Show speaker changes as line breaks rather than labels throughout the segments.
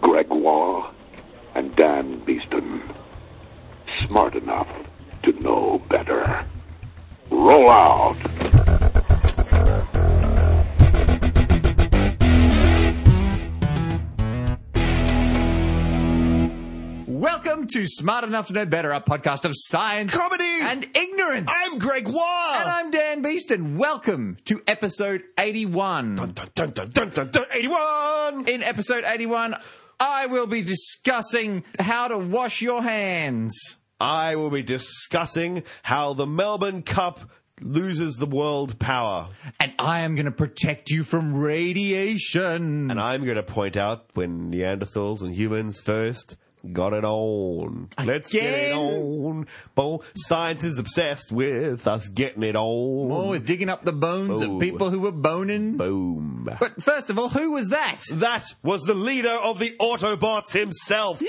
Gregoire, and Dan Beeston. Smart enough to know better. Roll out!
Welcome to Smart Enough to Know Better, a podcast of science,
Comedy!
and ignorance.
I'm Greg
and
Waugh!
I'm Dan Beeston. Welcome to episode 81.
Dun, dun, dun, dun, dun, dun, dun, 81!
In episode 81, I will be discussing how to wash your hands.
I will be discussing how the Melbourne Cup loses the world power.
And I am going to protect you from radiation.
And I'm going to point out when Neanderthals and humans first got it on. Let's get it
Again?
on. Well, science is obsessed with us getting it on.
Oh, with digging up the bones
Oh.
of people who were boning.
Boom.
But first of all, who was that?
That was the leader of the Autobots himself,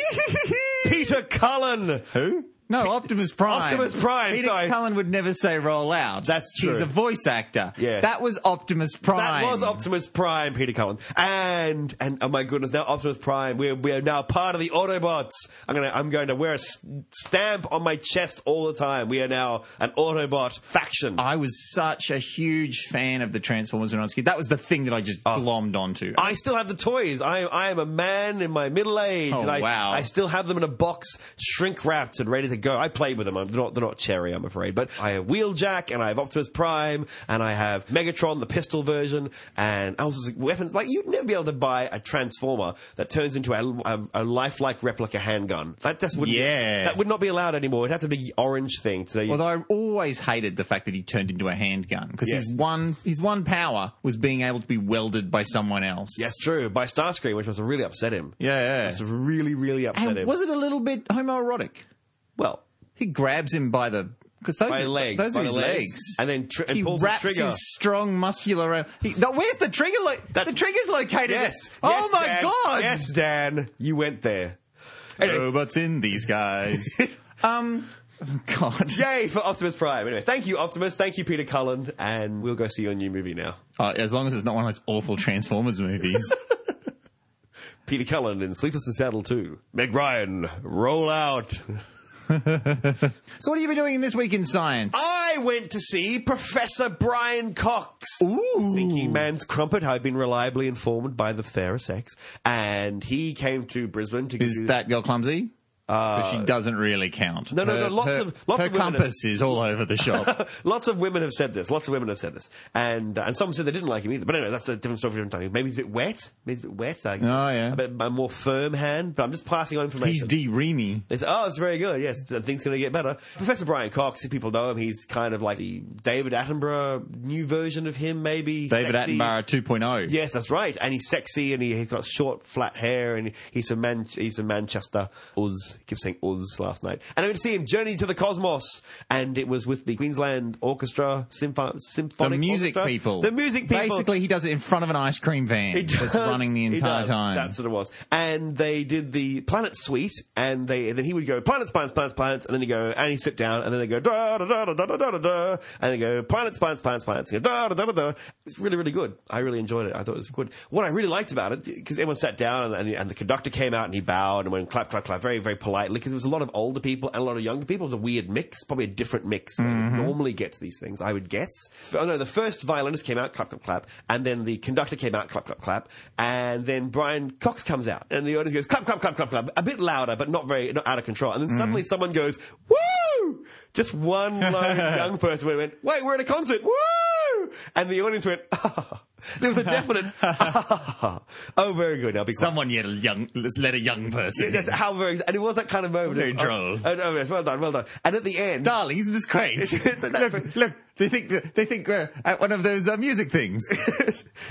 Peter Cullen. Who?
No, Optimus Prime.
Optimus Prime,
Peter
sorry.
Cullen would never say roll out.
That's
He's
true.
a voice actor.
Yeah.
That was Optimus Prime.
That was Optimus Prime, Peter Cullen, and and oh my goodness, now Optimus Prime, we're we are now part of the Autobots. I'm gonna I'm going to wear a s- stamp on my chest all the time. We are now an Autobot faction.
I was such a huge fan of the Transformers when I was a kid. That was the thing that I just glommed onto.
Oh. I still have the toys. I I am a man in my middle age,
Oh,
and I
wow.
I still have them in a box, shrink wrapped and ready to go. I play with them. I'm, they're not they're not cherry, I'm afraid. But I have Wheeljack, and I have Optimus Prime, and I have Megatron, the pistol version, and all sorts of weapons. Like you'd never be able to buy a transformer that turns into a, a, a lifelike replica handgun. That just wouldn't.
Yeah.
That would not be allowed anymore. It'd have to be orange thing. So you,
Although I always hated the fact that he turned into a handgun because his
Yes.
one his one power was being able to be welded by someone else.
yes, true. By Starscream, which must have really upset him.
Yeah.
Must have really, really upset
And
him.
was it a little bit homoerotic?
well.
He grabs him by the because those
by
are,
legs,
Those
by
are
the
his
legs,
legs.
and then tri- and
he
pulls the
wraps
trigger.
his strong muscular. Arm. He, no, where's the trigger? Lo-
That-
the trigger's located.
Yes.
Oh
yes,
my
Dan.
god!
Yes, Dan, you went there. Anyway,
Robots in these guys. um, oh, God.
yay for Optimus Prime. Anyway, thank you, Optimus. Thank you, Peter Cullen, and we'll go see your new movie now.
Uh, as long as it's not one of those awful Transformers movies.
Peter Cullen in Sleepless in Saddle 2. Meg Ryan, roll out.
so, what have you been doing this week in science?
I went to see Professor Brian Cox.
Ooh.
Thinking Man's Crumpet, I've been reliably informed by the fairer sex. And he came to Brisbane to
Is
do-
that girl clumsy? Uh, she doesn't really count.
No, no, no, lots
her-
of- lots
her
of women
compass is all over the shop.
Lots of women have said this. Lots of women have said this, and uh, and some said they didn't like him either. But anyway, that's a different story for a different time. Maybe he's a bit wet. Maybe he's a bit wet. Like,
Oh, yeah.
A, bit, a more firm hand. But I'm just passing on information.
He's D. Reamy.
They say, oh, it's very good. Yes, th- things going to get better. Professor Brian Cox, if people know him, he's kind of like the David Attenborough new version of him, maybe.
David
Sexy.
Attenborough oh. 2.0.
Yes, that's right. And he's sexy, and he, he's got short, flat hair, and he's from Man- he's from Manchester. Uz keep saying Uz last night, and I went to see him Journey to the Cosmos, and it was with the Queensland Orchestra Sympho-
The
Symphonic
music
Orchestra.
people.
the music people.
Basically, he does it in front of an ice cream van
It
that's
does.
running the
It
entire
does.
time.
That's what it was. And they did the Planet Suite, and they and then he would go planets, planets, planets, planets, and then he go and he sit down, and then they go da da da da da da da da, da, and they go planets, planets, planets, planets, and go, da da da da da. It's really really good. I really enjoyed it. I thought it was good. What I really liked about it because everyone sat down and, and, the, and the conductor came out and he bowed and went clap clap clap very very politely because there was a lot of older people and a lot of younger people. It was a weird mix, probably a different mix than
Mm-hmm. Hmm?
normally gets these things. I would guess. Oh no, the first violinist came out clap clap clap, and then the conductor came out clap clap clap, and then Brian Cox comes out, and the audience goes clap clap clap clap clap, a bit louder but not very not out of control,
Hmm.
and then suddenly someone goes woo! Just one lone young person went, went wait we're at a concert woo! And the audience went. "Ah." There was a definite. oh, very good. I'll be quiet.
Someone yet a young, let's let a young person.
That's how very, and it was that kind of moment.
Very
of,
droll.
Oh, oh, yes, well done, well done. And at the end,
Darling, isn't this great?
It's like that-
look, look, they think they think we're at one of those uh, music things.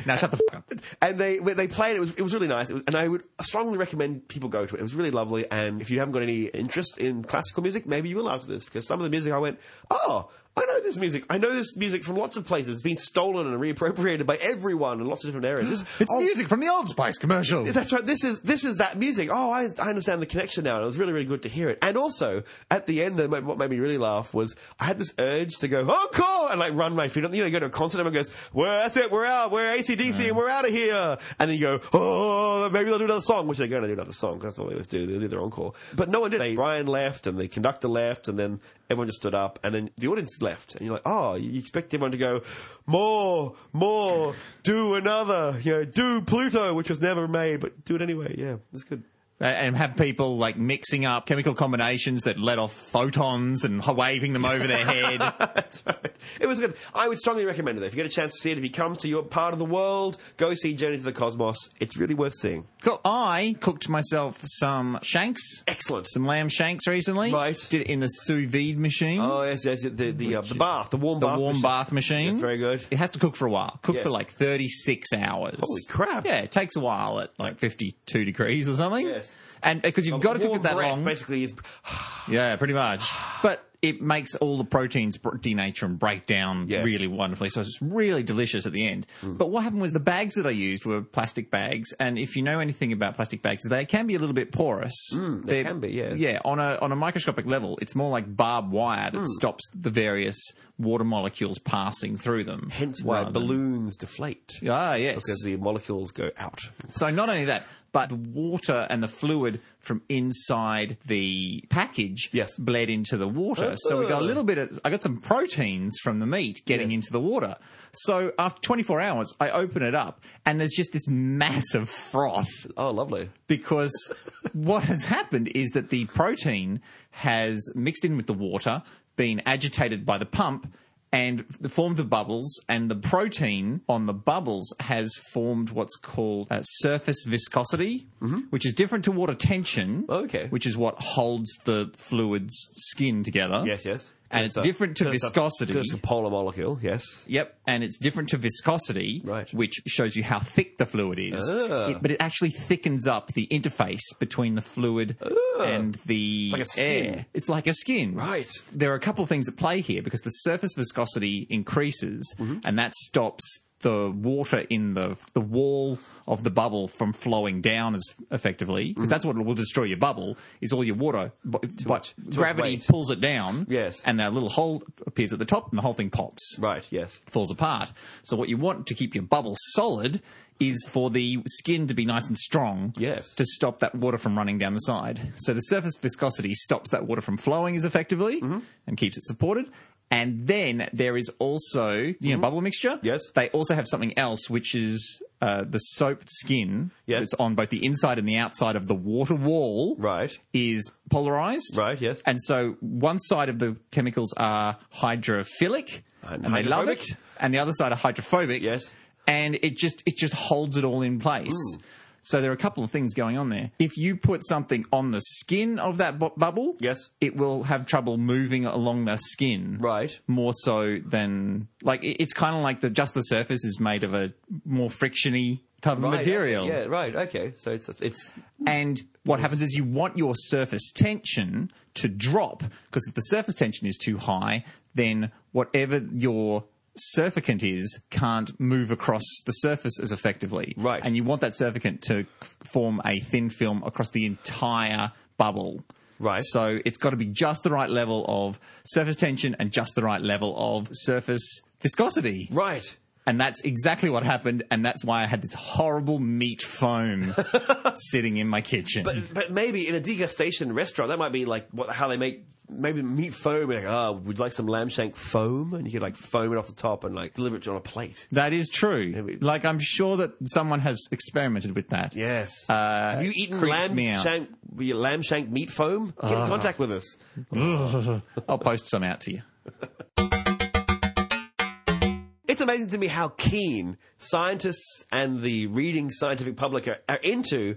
now shut the fuck up.
and they when they played it was it was really nice. It was, and I would strongly recommend people go to it. It was really lovely. And if you haven't got any interest in classical music, maybe you will after this because some of the music I went, oh, I know this music. I know this music from lots of places. It's been stolen and reappropriated by everyone in lots of different areas. This,
It's
oh,
music from the Old Spice commercial.
That's right. This is this is that music. Oh, I, I understand the connection now. And it was really really good to hear it. And also at the end, though, ma- what made me really laugh was I had this urge to go encore and like run my feet up. You know, you go to a concert and everyone goes, "Well, that's it. We're out. We're ACDC and we're out of here." And then you go, "Oh, oh, maybe they'll do another song, which they're going to do another song. 'cause That's what they always do. They do their encore. But no one did. They, Ryan left, and the conductor left, and then everyone just stood up, and then the audience left. And you're like, oh, you expect everyone to go, more, more, do another, you know, do Pluto, which was never made, but do it anyway. Yeah, that's good.
Uh, and have people like mixing up chemical combinations that let off photons and h- waving them over their head.
That's right. It was good. I would strongly recommend it. If you get a chance to see it, if you come to your part of the world, go see Journey to the Cosmos. It's really worth seeing.
Cool. I cooked myself some shanks,
Excellent.
some lamb shanks recently.
Right.
Did it in the sous vide machine,
Oh yes, yes, the the, uh, the bath, the warm
the
bath,
warm
machine.
bath machine.
That's very good.
It has to cook for a while. Cook
Yes.
for like 36 hours.
Holy crap.
Yeah, it takes a while at like 52 degrees or something.
Yes.
And because you've got to cook
Warm
it that
breath
long.
Basically, is
Yeah, pretty much. But it makes all the proteins br- denature and break down
Yes. Mm.
really wonderfully. So it's really delicious at the end. But what happened was the bags that I used were plastic bags. And if you know anything about plastic bags, they can be a little bit porous.
Mm, they
They're-
can be, yes.
Yeah, on a, on a microscopic level, it's more like barbed wire that
Mm.
stops the various water molecules passing through them.
hence why
rather than-
balloons deflate
Ah, yes.
because the molecules go out.
So not only that, but the water and the fluid from inside the package
Yes.
bled into the water. So we got a little bit of, I got some proteins from the meat getting
Yes.
into the water. So after 24 hours, I open it up and there's just this massive froth
Oh, lovely.
because what has happened is that the protein has mixed in with the water, been agitated by the pump, and f- formed the bubbles. And the protein on the bubbles has formed what's called uh, surface viscosity, which is different to water tension.
Mm-hmm. Okay.
which is what holds the fluid's skin together.
Yes, yes.
And
Because
it's different to
because it's a-
viscosity.
because It's a polar molecule. Yes.
Yep, and it's different to viscosity,
Right.
which shows you how thick the fluid is.
Ah.
It- but it actually thickens up the interface between the fluid and the
Ah. like a skin.
air. It's like a skin.
Right.
There are a couple of things at play here because the surface viscosity increases,
Mm-hmm.
and that stops the water in the the wall of the bubble from flowing down as effectively because that's what will destroy your bubble is all your water but, but
much- Mm-hmm. too much
gravity
weight.
pulls it down
Yes.
and that little hole appears at the top and the whole thing pops
Right. Yes.
falls apart. So what you want to keep your bubble solid is for the skin to be nice and strong.
Yes.
To stop that water from running down the side. So the surface viscosity stops that water from flowing as effectively
Mm-hmm.
and keeps it supported. And then there is also you know bubble mixture.
Mm-hmm. Yes.
They also have something else which is uh, the soaped skin
Yes.
that's on both the inside and the outside of the water wall
Right.
is polarized.
Right, yes.
And so one side of the chemicals are hydrophilic
And
and, they love
hydrophobic.
it, and the other side are hydrophobic.
Yes.
And it just it just holds it all in place. So there are a couple of things going on there. If you put something on the skin of that bu- bubble,
Yes.
it will have trouble moving along the skin.
Right.
More so than like it- it's kind of like the just the surface is made of a more frictiony type of
Right,
material.
okay, Yeah. Right. Okay. So it's it's
And what happens is you want your surface tension to drop because if the surface tension is too high, then whatever your surficant is can't move across the surface as effectively.
Right.
And you want that surficant to f- form a thin film across the entire bubble.
Right.
So it's got to be just the right level of surface tension and just the right level of surface viscosity.
right.
And that's exactly what happened, and that's why I had this horrible meat foam sitting in my kitchen.
But, but maybe in a degustation restaurant, that might be like what, how they make maybe meat foam. Like, oh, would you like some lamb shank foam? And you could like foam it off the top and like deliver it on a plate.
that is true.
we-
Like I'm sure that someone has experimented with that.
Yes.
Uh,
Have you eaten
creeps
lamb
me out. Ah.
shank, your lamb shank meat foam? Get in contact with us.
I'll post some out to you.
It's amazing to me how keen scientists and the reading scientific public are, are into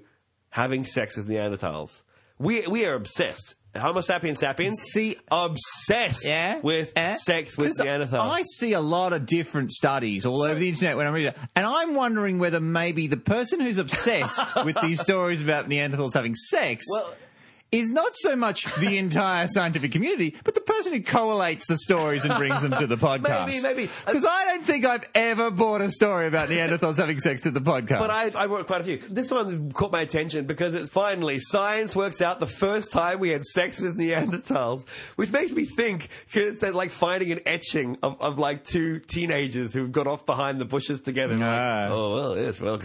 having sex with Neanderthals. We, we are obsessed. Homo sapiens sapiens
See-
obsessed
Yeah,
with
Yeah?
sex with
'Cause
Neanderthals.
I see a lot of different studies all over the internet when I read it, and I'm wondering whether maybe the person who's obsessed with these stories about Neanderthals having sex
Well-
is not so much the entire scientific community, but the person who collates the stories and brings them to the podcast.
Maybe, maybe.
Because I don't think I've ever bought a story about Neanderthals having sex to the podcast.
But I, I wrote quite a few. This one caught my attention because it's finally science works out the first time we had sex with Neanderthals, which makes me think because they're like finding an etching of, of like two teenagers who've got off behind the bushes together. Like,
Ah.
oh well, yes, well,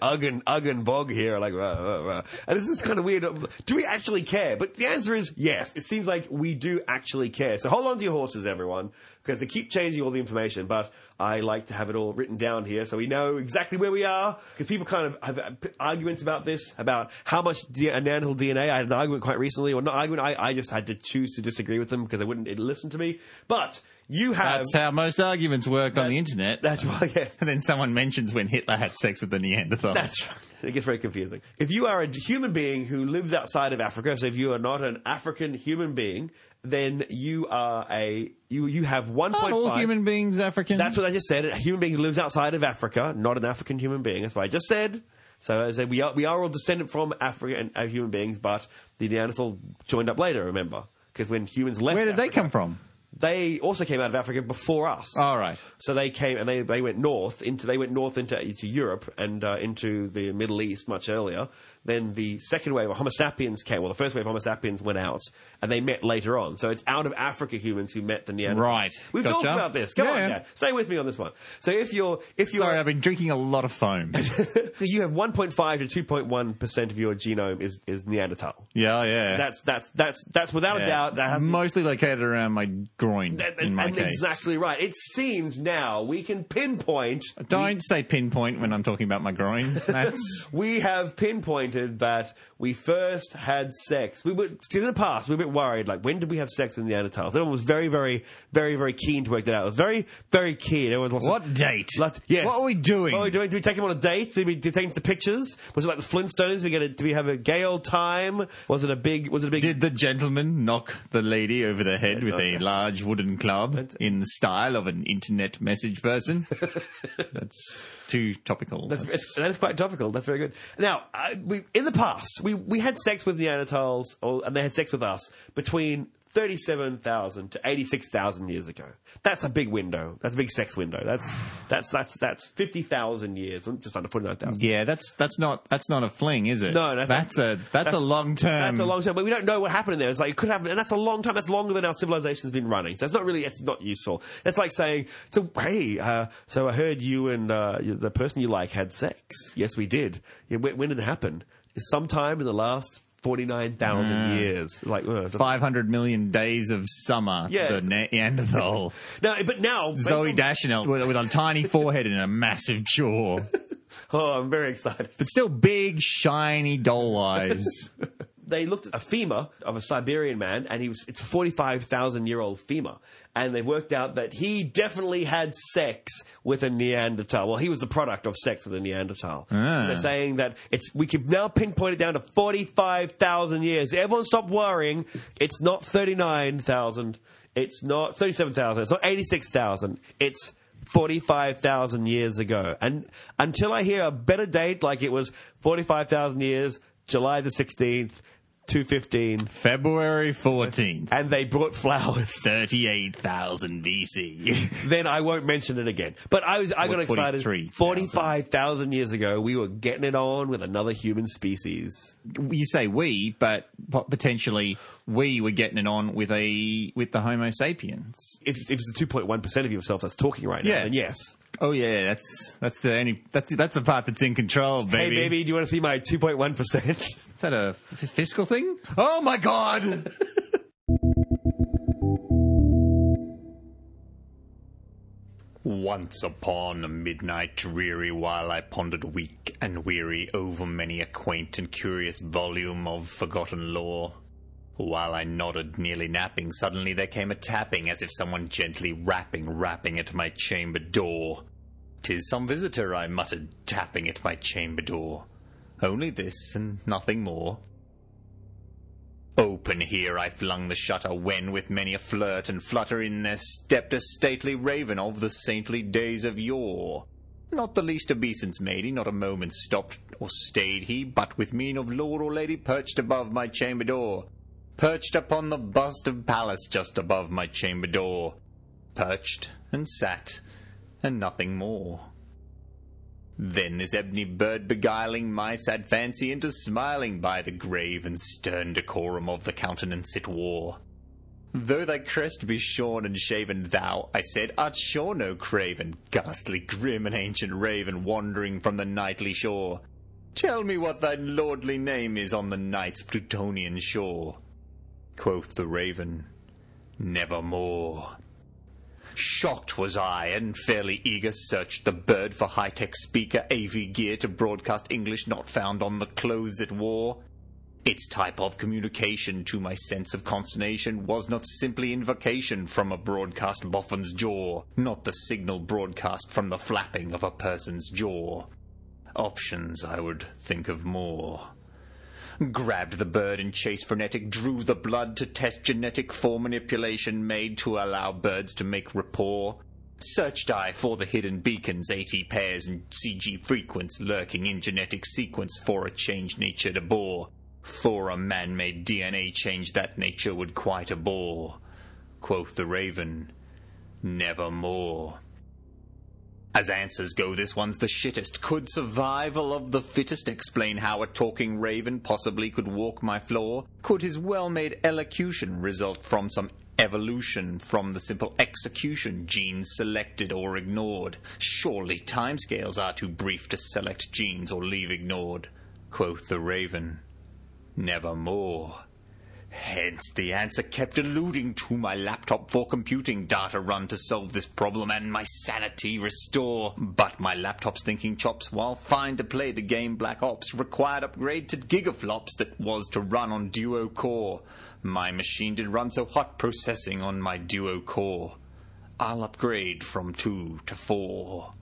Ugg and, Ugg and Bog here, like, rah, rah, rah. and this is kind of weird. Do we actually care? But the answer is yes. It seems like we do actually care. So hold on to your horses, everyone, because they keep changing all the information. But I like to have it all written down here so we know exactly where we are. Because people kind of have uh, p- arguments about this, about how much D- Neanderthal DNA. I had an argument quite recently, or not argument. I, I just had to choose to disagree with them because they wouldn't listen to me. But you have.
That's how most arguments work on the internet.
that's why, yes.
and then someone mentions when Hitler had sex with the Neanderthal.
That's right. It gets very confusing. If you are a human being who lives outside of Africa, so if you are not an African human being, then you are a you you have one
Aren't
point
all
five.
human beings African?
That's what I just said. A human being who lives outside of Africa, not an African human being. That's what I just said. So I said we are we are all descended from Africa and uh, human beings, but the Neanderthal joined up later. Remember, because when humans left,
Where did they
Africa,
come from?
They also came out of Africa before us.
All right.
So they came and they, they went north into they went north into, into Europe and uh, into the Middle East much earlier. Then the second wave of Homo sapiens came. Well, the first wave of Homo sapiens went out and they met later on. So it's out of Africa humans who met the Neanderthals.
Right.
We've
Gotcha.
talked about this. Come on,
Yeah.
yeah. Stay with me on this one. So if you're if you're
Sorry, I've been drinking a lot of foam.
you have 1.5 to 2.1 percent of your genome is is Neanderthal.
yeah, yeah.
That's that's that's that's without
Yeah.
a doubt that
It's
has
mostly located around my groin.
and,
in my
and
case.
exactly right. It seems now we can pinpoint
Don't say pinpoint when I'm talking about my groin. That's
we have pinpointed that we first had sex. We were in the past. We were a bit worried. Like, when did we have sex with Neanderthals? Everyone was very, very, very, very keen to work that out. It was very, very keen. Everyone was lots of-
what date?
Lots, yes.
What are we doing?
What are we doing? Do we take him on a date? Do we, do we take him to the pictures? Was it like the Flintstones? We get a, do we have a gay old time? Was it a big? Was it a big?
Did the gentleman knock the lady over the head with a large wooden club in the style of an internet message person? That's too topical.
That's, that is quite topical. That's very good. Now, uh, we, in the past, we, we had sex with Neanderthals, or, and they had sex with us between 37,000 to 86,000 years ago. That's a big window. That's a big sex window. That's that's that's that's 50,000 years, just under 49,000.
yeah, that's that's not that's not a fling, is it?
No, that's-
that's a that's, a long term.
That's a long time, but we don't know what happened in there. It's like it could happen, and that's a long time. That's longer than our civilization's been running. So that's not really, it's not useful. That's like saying, so hey, uh, so I heard you and uh, you- the person you like had sex. Yes, we did. Yeah, when, when did it happen? Sometime in the last forty nine thousand
Mm.
years. Like uh, it doesn't-
Five hundred million days of summer. the
Yeah,
Neanderthal.
now, but now based
Zoe
on-
Dashnell with, with a tiny forehead and a massive jaw,
Oh, I'm very excited.
but still big, shiny doll eyes.
they looked at a femur of a Siberian man, and he was it's a forty five thousand year old femur, and they've worked out that he definitely had sex with a Neanderthal. Well, he was the product of sex with a Neanderthal. So they're saying that it's we can now pinpoint it down to forty five thousand years. Everyone, stop worrying. It's not thirty nine thousand. It's not thirty seven thousand. It's not eighty six thousand. It's 45,000 years ago. And until I hear a better date, like it was 45,000 years, July the 16th, 215,
February fourteenth.
and they brought flowers,
38,000 BC.
then I won't mention it again. But I was, I got
Or
excited.
43,000.
45,000 years ago, we were getting it on with another human species.
you say we, but po- potentially we were getting it on with a with the Homo sapiens.
If, if it's the 2.1% of yourself that's talking right now,
Yeah.
then yes.
Oh yeah, that's that's the only that's that's the part that's in control, baby.
Hey, baby, do you want to see my 2.1%?
Is that a f- fiscal thing? Oh my god! Once upon a midnight dreary, while I pondered weak and weary over many a quaint and curious volume of forgotten lore, while I nodded, nearly napping, suddenly there came a tapping as if someone gently rapping, rapping at my chamber door. "'Tis some visitor," I muttered, tapping at my chamber door. Only this and nothing more. Open here I flung the shutter when, with many a flirt and flutter, in there stepped a stately raven of the saintly days of yore. Not the least obeisance made he, not a moment stopped or stayed he, but with mien of lord or lady perched above my chamber door. perched upon the bust of Pallas just above my chamber door, perched and sat, and nothing more. Then this ebony bird beguiling my sad fancy into smiling by the grave and stern decorum of the countenance it wore. Though thy crest be shorn and shaven, thou, I said, art sure no craven, ghastly, grim, and ancient raven wandering from the nightly shore. Tell me what thy lordly name is on the night's Plutonian shore. Quoth the raven, Nevermore. Shocked was I, and fairly eager searched the bird for high tech speaker, AV gear to broadcast English not found on the clothes it wore. Its type of communication, to my sense of consternation, was not simply invocation from a broadcast boffin's jaw, not the signal broadcast from the flapping of a person's jaw. Options I would think of more grabbed the bird in chase frenetic, drew the blood to test genetic for manipulation made to allow birds to make rapport. Searched I for the hidden beacons, 80 pairs and CG frequents lurking in genetic sequence for a change nature to bore. For a man made DNA change that nature would quite abhor. Quoth the raven, Nevermore. As answers go, this one's the shittest. Could survival of the fittest explain how a talking raven possibly could walk my floor? Could his well made elocution result from some evolution from the simple execution genes selected or ignored? Surely timescales are too brief to select genes or leave ignored. Quoth the raven, Nevermore. Hence, the answer kept eluding to my laptop for computing data run to solve this problem and my sanity restore. But my laptop's thinking chops, while fine to play the game Black Ops, required upgrade to gigaflops that was to run on Duo Core. My machine did run so hot processing on my Duo Core. I'll upgrade from 2 to 4.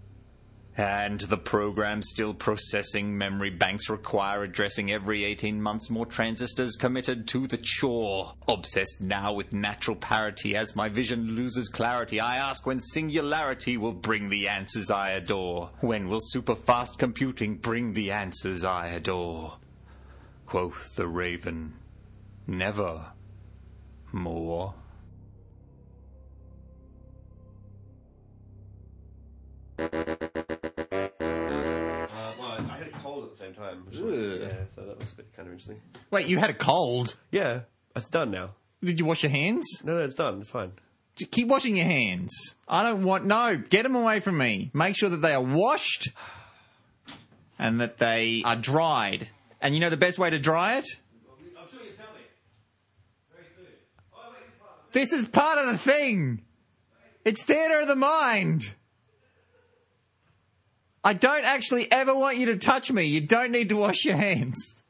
And the program still processing memory banks require addressing every 18 months more transistors committed to the chore. Obsessed now with natural parity as my vision loses clarity, I ask when singularity will bring the answers I adore. When will superfast computing bring the answers I adore? Quoth the raven, never more.
Uh, well, I had a cold at the same time. Which was, yeah, so that was kind of interesting.
Wait, you had a cold?
Yeah, it's done now.
Did you wash your hands?
No, no, it's done. It's fine.
J- Keep washing your hands. I don't want. No, get them away from me. Make sure that they are washed and that they are dried. And you know the best way to dry it?
I'm sure you'll tell me. Very soon. Oh, wait, this part.
This is part of the thing. It's theatre of the mind. I don't actually ever want you to touch me. You don't need to wash your hands.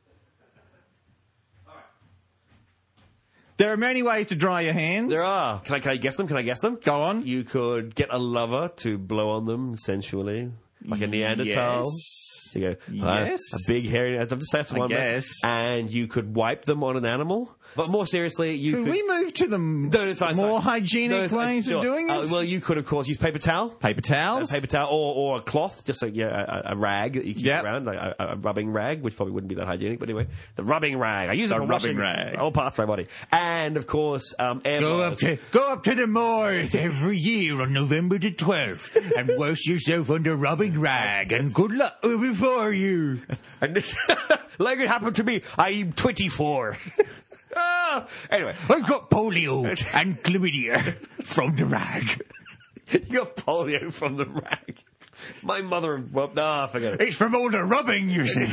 There are many ways to dry your hands.
There are. Can I, can I guess them? Can I guess them?
Go on.
You could get a lover to blow on them sensually, like a Neanderthal.
Yes.
You go, huh?
Yes.
a big hairy. I'm just saying, one.
guess.
And you could wipe them on an animal. But more seriously, you
Can
could.
we move to the m-
No, it's fine,
more
it's fine. No,
hygienic
it's-
ways
sure.
of doing it?
Uh, well, you could, of course, use paper towel.
paper towels.
paper towel or, or a cloth, just like yeah, a, a rag that you keep
Yep.
around, like a, a rubbing rag, which probably wouldn't be that hygienic, but anyway, the rubbing rag. I use
The
it for
rubbing
washing
rag.
all parts of my body, and of course, um, air
Go up
blowers.
to go up to the moors every year on November the twelfth and wash yourself under rubbing rag and good luck will be before you.
And like it happened to me, I'm 24. Ah! Anyway,
I got polio and chlamydia from the rag.
you got polio from the rag. My mother, well, nah, forget it.
It's from all the rubbing, you see.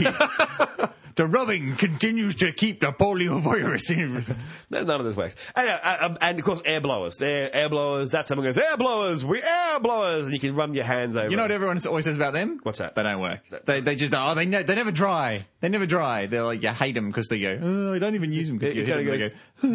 the rubbing continues to keep the polio virus in.
None of this works. And, uh, uh, um, and of course, air blowers. Air, air blowers. That's someone goes, air blowers, we air blowers. And you can run your hands over.
You know what
it.
everyone always says about them?
What's that?
They don't work. They, they just oh they ne- they never dry. They never dry. They're like you hate them because they go oh I don't even use them because
It-
you hit
it
'em,"
kinda
They
goes,
go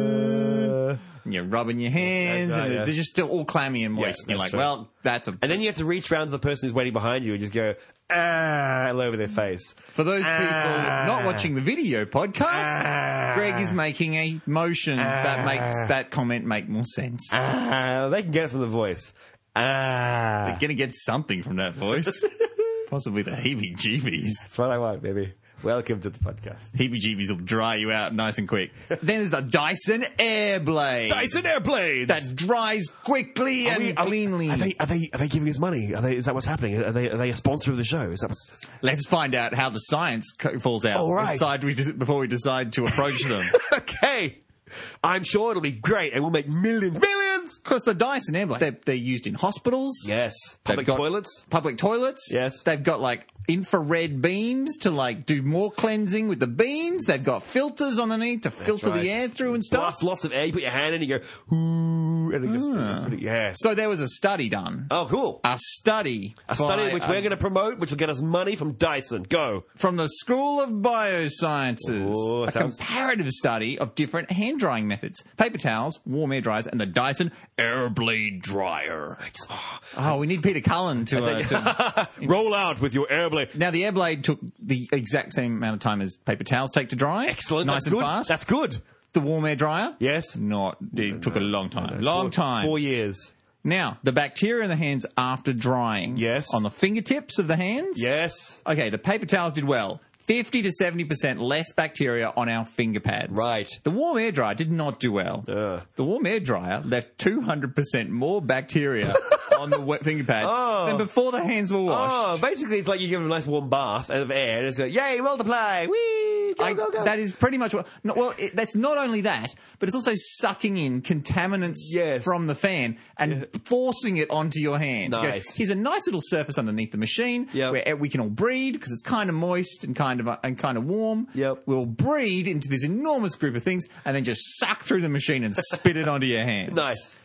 and you're rubbing your hands
That's right,
and
yeah.
they're just still all clammy and moist. and you're
that's
like
true.
well that's a
And then you have to reach round to the person who's waiting behind you and just go, ah, all over their face.
for those people
Ah.
not watching the video podcast.
Ah.
Greg is making a motion that makes that comment make more sense.
Ah, they can get it from the voice. Ah.
Gonna get something from that voice. Possibly the heebie jeebies.
That's what I want, baby. Welcome to the podcast.
Heebie-jeebies will dry you out nice and quick. then there's the Dyson Airblade.
Dyson airplanes.
That dries quickly
Are
and
we- are we-
cleanly.
Are they, are they are they giving us money? Are they, is that what's happening? Are they are they a sponsor of the show? Is that what's,
Let's find out how the science co- falls out
All right.
decide we des- before we decide to approach them.
okay? I'm sure it'll be great, and we'll make millions, millions.
Because the Dyson Airblade, they're, they're used in hospitals.
Yes,
They've
public
got-
toilets.
Public toilets.
Yes.
They've got like infrared beams to like do more cleansing with the beams. They've got filters underneath to filter
right.
the air through and stuff.
Blast lots of air. You put your hand in, you go, ooh, and it goes, yes.
So there was a study done.
Oh, cool.
a study.
A study
by,
which
uh,
we're going to promote, which will get us money from Dyson. Go.
from the School of Biosciences.
Ooh,
a
sounds-
comparative study of different hand drying methods: paper towels, warm air dryers, and the Dyson Airblade dryer. Oh, we need Peter Cullen to. Uh, to...
Roll out with your airblade.
Now the Airblade took the exact same amount of time as paper towels take to dry.
Excellent.
nice
That's
and
good.
fast.
That's good.
the warm air dryer.
Yes.
Not. It took a long time. Long
Four-
time.
Four years.
Now the bacteria in the hands after drying.
Yes.
On the fingertips of the hands.
Yes.
Okay, the paper towels did well. 50 to 70% less bacteria on our finger pads.
Right.
The warm air dryer did not do well. The warm air dryer left 200% more bacteria on the wet finger pads than before the hands were washed.
Oh, basically, it's like you give them a nice warm bath and of air, and it's like, yay, multiply. Whee. Go,
I-
go, go.
That is pretty much what. No, well, it, that's not only that, but it's also sucking in contaminants
Yes.
from the fan and forcing it onto your hands. You go,
Nice.
Here's a nice little surface underneath the machine
Yep.
where we can all breathe because it's kind of moist and kind of uh, and kind of warm.
Yep.
We'll breathe into this enormous group of things and then just suck through the machine and spit it onto your hands.
nice.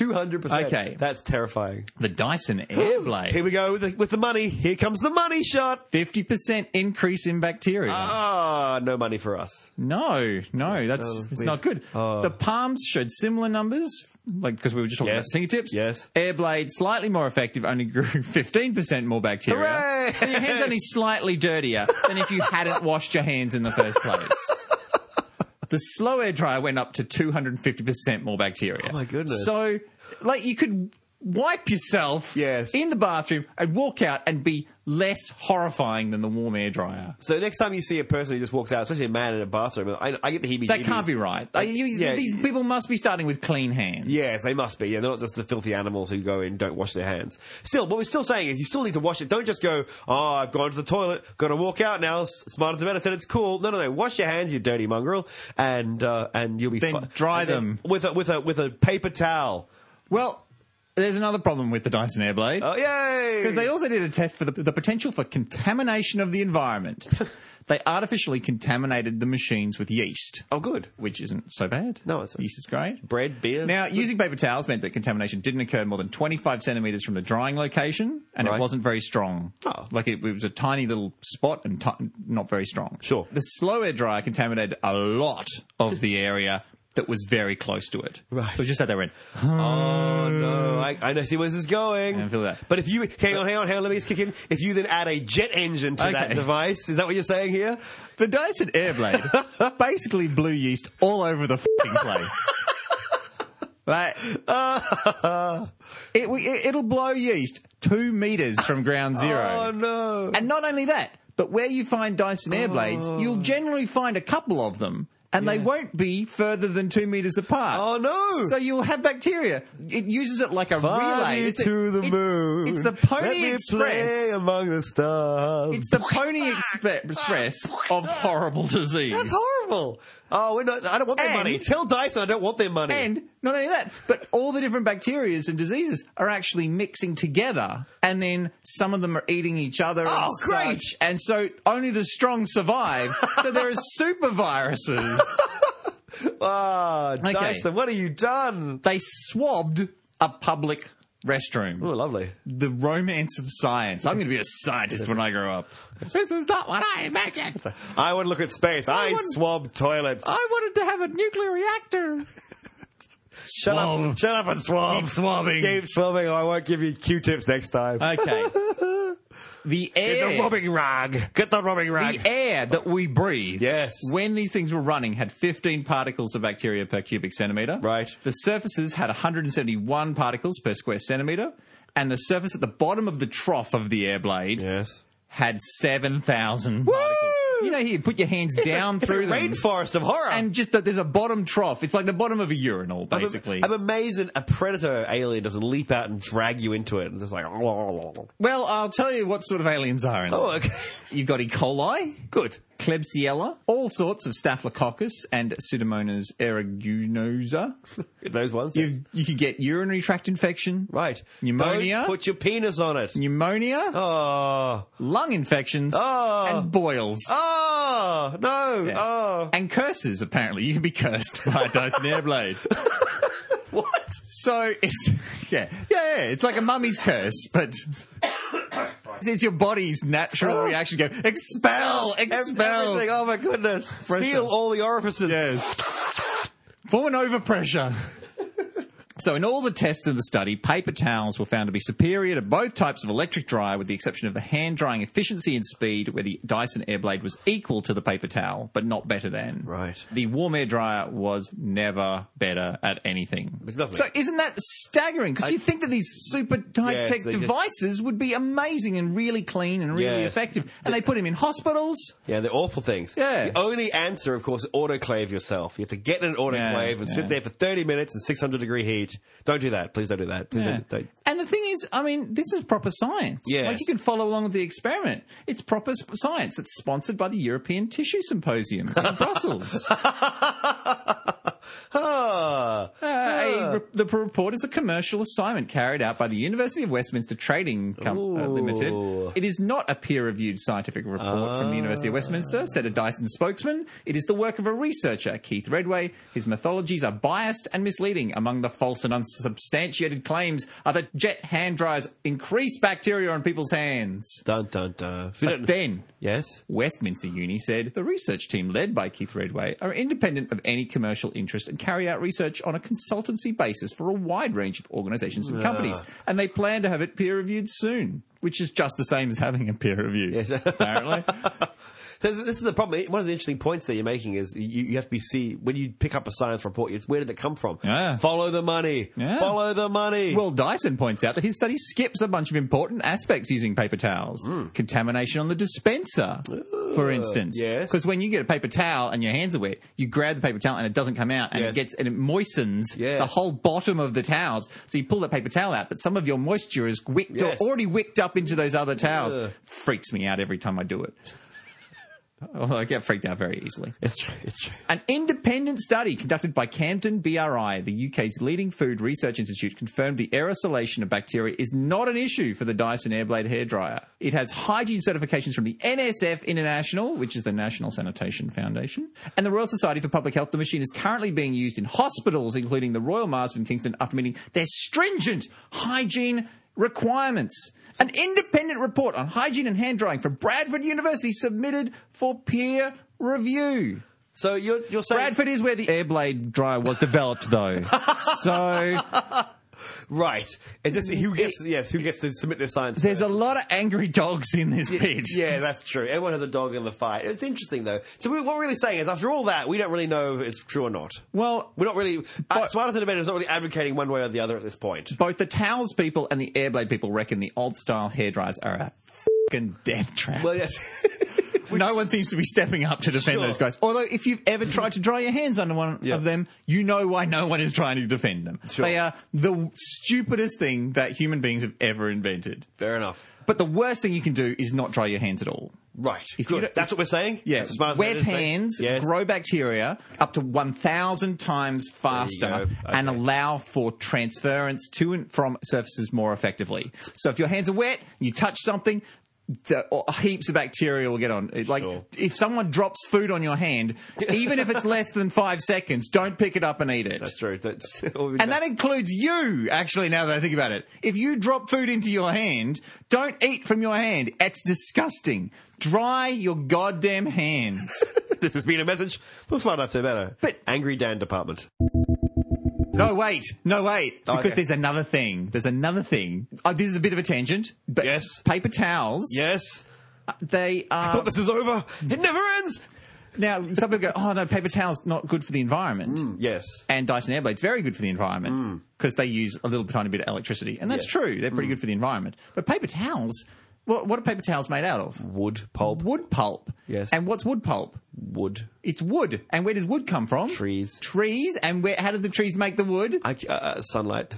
200%.
Okay.
That's terrifying.
The Dyson
Here
Airblade.
we go with the, with the money. Here comes the money shot.
Fifty percent increase in bacteria.
Ah, no money for us.
No, no, that's it's
we've-
not good.
oh.
the palms showed similar numbers, like because we were just talking
Yes,
about fingertips.
yes.
Airblade slightly more effective, only grew fifteen percent more bacteria.
Hooray!
So your hands only slightly dirtier than if you hadn't washed your hands in the first place. The slow air dryer went up to two hundred and fifty percent more bacteria. Oh
my goodness.
So, like, you could wipe yourself
Yes.
in the bathroom and walk out and be less horrifying than the warm air dryer.
So next time you see a person who just walks out, especially a man in a bathroom, I, I get the heebie-jeebies.
That can't be right. Like, you,
yeah.
These people must be starting with clean hands.
Yes, they must be. Yeah, they're not just the filthy animals who go in and don't wash their hands. Still, what we're still saying is you still need to wash it. Don't just go, oh, I've gone to the toilet, got to walk out now. S- Smarter to better said it's cool. No, no, no. Wash your hands, you dirty mongrel, and uh, and you'll be
Then
fi-
dry
and then
them.
with a with a with a paper towel.
Well, there's another problem with the Dyson Airblade.
Oh, yay!
because they also did a test for the, the potential for contamination of the environment. they artificially contaminated the machines with yeast,
oh, good.
which isn't so bad.
No, it's-
yeast is great.
Bread, beer.
Now, using paper towels meant that contamination didn't occur more than 25 centimeters from the drying location, and
Right.
it wasn't very strong.
Oh.
Like it, it was a tiny little spot and ti not very strong.
Sure.
The slow air dryer contaminated a lot of the area that was very close to it.
Right.
So just sat there and went,
Oh no, I, I know. See where this is going.
Mm. I feel that.
But if you hang on, hang on, hang on. Let me just kick in. If you then add a jet engine to that
Okay.
device, is that what you're saying here?
the Dyson Airblade basically blew yeast all over the fucking place. Like, it, it, it'll blow yeast two meters from ground zero.
Oh no.
And not only that, but where you find Dyson Airblades,
Oh.
you'll generally find a couple of them, and they won't be further than two meters apart.
Oh, no.
So you'll have bacteria. It uses it like a relay.
Fly
It's a-
to the
it's-
moon.
It's the
Let
Pony
me
Express.
Play among the stars.
It's the Pony Expe- Express of horrible disease.
That's horrible. Oh, we're not, I don't want their
And-
money. Tell Dyson I don't want their money.
And not only that, but all the different bacterias and diseases are actually mixing together, and then some of them are eating each other.
Oh,
and
great.
such. And so only the strong survive. so there are super viruses.
Ah,
Okay.
Dyson, what have you done?
They swabbed a public restroom.
Oh, lovely.
The romance of science. I'm going to be a scientist when I grow up. This is not what I imagined.
I want to look at space. I,
wouldn't-
swab toilets.
I wanted to have a nuclear reactor.
Shut up. Shut up and swab.
Keep swabbing.
Keep swabbing or I won't give you Q-tips next time.
Okay. The air.
Get the rubbing rag. Get the e- rubbing rag.
the air that we breathe.
Yes.
When these things were running, had 15 particles of bacteria per cubic centimeter.
Right.
The surfaces had 171 particles per square centimeter, and the surface at the bottom of the trough of the air blade
yes.
had 7,000 particles. you know, here, put your hands down
It's a
through them.
rainforest of horror.
And just that there's a bottom trough. It's like the bottom of a urinal,
I'm am-
basically.
I'm, amazed that a predator alien doesn't leap out and drag you into it and just like, oh,
well, I'll tell you what sort of aliens are in there.
okay.
You've got E. coli,
Oh. Good.
Klebsiella, all sorts of Staphylococcus and Pseudomonas aeruginosa.
Those ones.
You've, you could get urinary tract infection,
right.
Pneumonia?
Don't put your penis on it.
pneumonia,
Oh.
lung infections,
Oh.
and boils.
Oh. No.
Yeah.
Oh.
And curses, apparently. You can be cursed by a Dyson Airblade.
What?
So it's, yeah, yeah, yeah, it's like a mummy's curse, but it's, it's your body's natural reaction to go, expel, expel.
Oh. Everything. Oh my goodness. Seal all the orifices.
Yes. For an overpressure. so, in all the tests of the study, paper towels were found to be superior to both types of electric dryer, with the exception of the hand drying efficiency and speed, where the Dyson Airblade was equal to the paper towel, but not better than.
Right.
The warm air dryer was never better at anything.
doesn't
So,
make-
isn't that staggering? Because you think that these super high tech
they just-
devices would be amazing and really clean and really
Yes.
effective, and they put them in hospitals.
Yeah, they're awful things.
Yeah.
The only answer, of course, is autoclave yourself. You have to get in an autoclave and
yeah.
sit there for 30 minutes in 600 degree heat. Don't do that. Please don't do that. Please
Yeah.
don't, don't.
And the thing is, I mean, this is proper science.
Yes.
Like you can follow along with the experiment. It's proper sp- science that's sponsored by the European Tissue Symposium in Brussels. Uh,
Ah.
a re- the report is a commercial assignment carried out by the University of Westminster Trading Com- uh,
Ooh.
Limited. It is not a peer-reviewed scientific report from the University of
Ah.
Westminster, said a Dyson spokesman. It is the work of a researcher, Keith Redway. His methodologies are biased and misleading. Among the false and unsubstantiated claims are that jet hand dryers increase bacteria on people's hands.
Dun, dun, dun. If you
But
don't-
then
yes.
Westminster Uni said the research team led by Keith Redway are independent of any commercial interest and carry out research on a consultancy basis for a wide range of organisations and companies, and they plan to have it peer reviewed soon, which is just the same as having a peer review. apparently,
This, this is the problem. One of the interesting points that you're making is you, you have to be see when you pick up a science report. It's where did it come from?
Yeah.
Follow the money.
Yeah.
Follow the money.
Well, Dyson points out that his study skips a bunch of important aspects using paper towels.
Hmm.
Contamination on the dispenser, for instance.
Uh, yes.
Because when you get a paper towel and your hands are wet, you grab the paper towel and it doesn't come out and
Yes.
it gets and it moistens
Yes.
the whole bottom of the towels. So you pull that paper towel out, but some of your moisture is wicked
Yes.
or already wicked up into those other towels.
Ugh.
Freaks me out every time I do it. Although I get freaked out very easily.
it's true. It's true.
An independent study conducted by Camden BRI, the UK's leading food research institute, confirmed the aerosolation of bacteria is not an issue for the Dyson Airblade hairdryer. It has hygiene certifications from the NSF International, which is the National Sanitation Foundation, and the Royal Society for Public Health. The machine is currently being used in hospitals, including the Royal Marsden in Kingston, after meeting their stringent hygiene requirements. An independent report on hygiene and hand drying from Bradford University submitted for peer review.
So you're you're saying
Bradford is where the airblade dryer was developed, though. so
right? Is this who gets? yes, who gets to submit their science?
there's a
first?
lot of angry dogs in this bit.
Yeah, that's true. Everyone has a dog in the fight. It's interesting though. So we, what we're really saying is, after all that, we don't really know if it's true or not.
Well,
We're not really. Uh, Smartest debater is not really advocating one way or the other at this point.
both the towels people and the airblade people reckon the old style hairdryers are a fucking death trap.
Well, yes.
no one seems to be stepping up to defend
Sure.
those guys. Although, if you've ever tried to dry your hands under one
Yeah.
of them, you know why no one is trying to defend them.
Sure.
They are the stupidest thing that human beings have ever invented.
Fair enough.
But the worst thing you can do is not dry your hands at all.
Right.
If you
Good.
don't-
That's what we're saying.
Yes,
That's what Smartest
wet
Debater is saying?
hands
Yes.
grow bacteria up to 1,000 times faster
go.
and
Okay.
allow for transference to and from surfaces more effectively. So if your hands are wet, you touch something, the, or heaps of bacteria will get on. It- Like
Sure.
if someone drops food on your hand, even if it's less than five seconds, don't pick it up and eat it.
That's true. That's, and
And that includes you, actually, now that I think about it. If you drop food into your hand, don't eat from your hand. It's disgusting. Dry your goddamn hands.
this has been a message from Smart Enough to Better.
But-
Angry Dan Department.
No, wait. No, wait.
Oh,
because
okay.
there's another thing. There's another thing. Oh, this is a bit of a tangent. But
Yes.
Paper towels. uh,
Yes.
They
I thought
are.
this was over. It never ends.
Now, some people go, oh, no, paper towels not good for the environment.
Yes.
and Dyson Airblade's very good for the
Mm.
environment because they use a little tiny bit of electricity, and that's
Yeah.
true. They're pretty good for the environment. But paper towels, what, what are paper towels made out of?
Wood pulp.
Wood pulp.
Yes.
And what's wood pulp?
Wood.
It's wood. And where does wood come from?
Trees.
Trees. And where? How did the trees make the wood?
I, uh, uh, sunlight.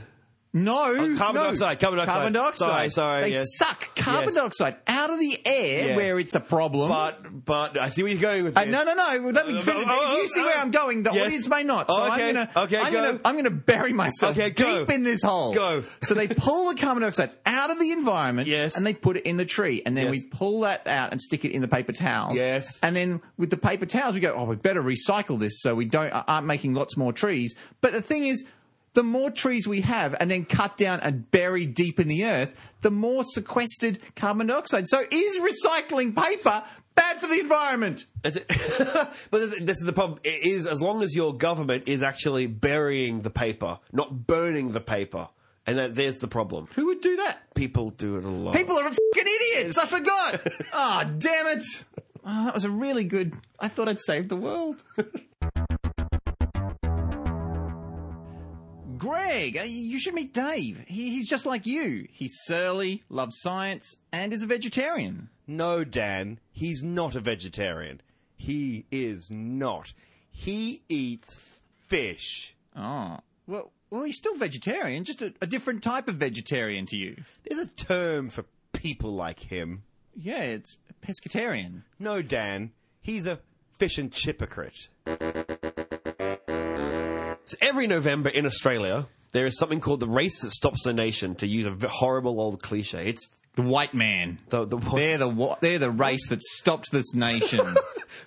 No,
Oh, carbon
no.
dioxide, carbon dioxide.
Carbon dioxide.
Sorry, sorry,
They
yes.
suck carbon
Yes.
dioxide out of the air
Yes.
where it's a problem.
But, but I see where you're going with
Uh,
this.
no, no, no. well, Let me
Uh,
finish.
oh,
If you see
oh,
where
oh.
I'm going, the
Yes.
audience may not. So
Oh,
I'm
okay,
gonna,
okay,
I'm
go.
gonna, I'm gonna bury myself
Okay, go.
deep in this hole.
Go.
So they pull the carbon dioxide out of the environment,
Yes.
and they put it in the tree, and then
Yes.
we pull that out and stick it in the paper towels,
Yes.
And then with the paper towels, we go, oh, we better recycle this so we don't uh, aren't making lots more trees. But the thing is. The more trees we have and then cut down and bury deep in the earth, the more sequestered carbon dioxide. So is recycling paper bad for the environment?
That's it. but this- this is the problem. It is as long as your government is actually burying the paper, not burning the paper, and that there's the problem.
Who would do that?
People do it a lot.
People are fucking idiots. I forgot. Ah, damn it. Oh, that was a really good. I thought I'd saved the world. Greg, uh, you should meet Dave. He, he's just like you. He's surly, loves science, and is a vegetarian.
No, Dan, he's not a vegetarian. He is not. He eats fish.
Oh, well, well, he's still vegetarian, just a, a different type of vegetarian to you.
There's a term for people like him.
Yeah, it's pescatarian.
No, Dan, he's a fish and chip hypocrite.
So every November in Australia, there is something called the race that stops the nation. To use a v- horrible old cliche, it's
The white man.
the the
They're the wa- they're the race that stopped this nation.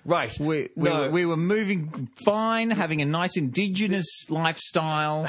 right.
We, we,
no,
were, we were moving fine, having a nice indigenous lifestyle,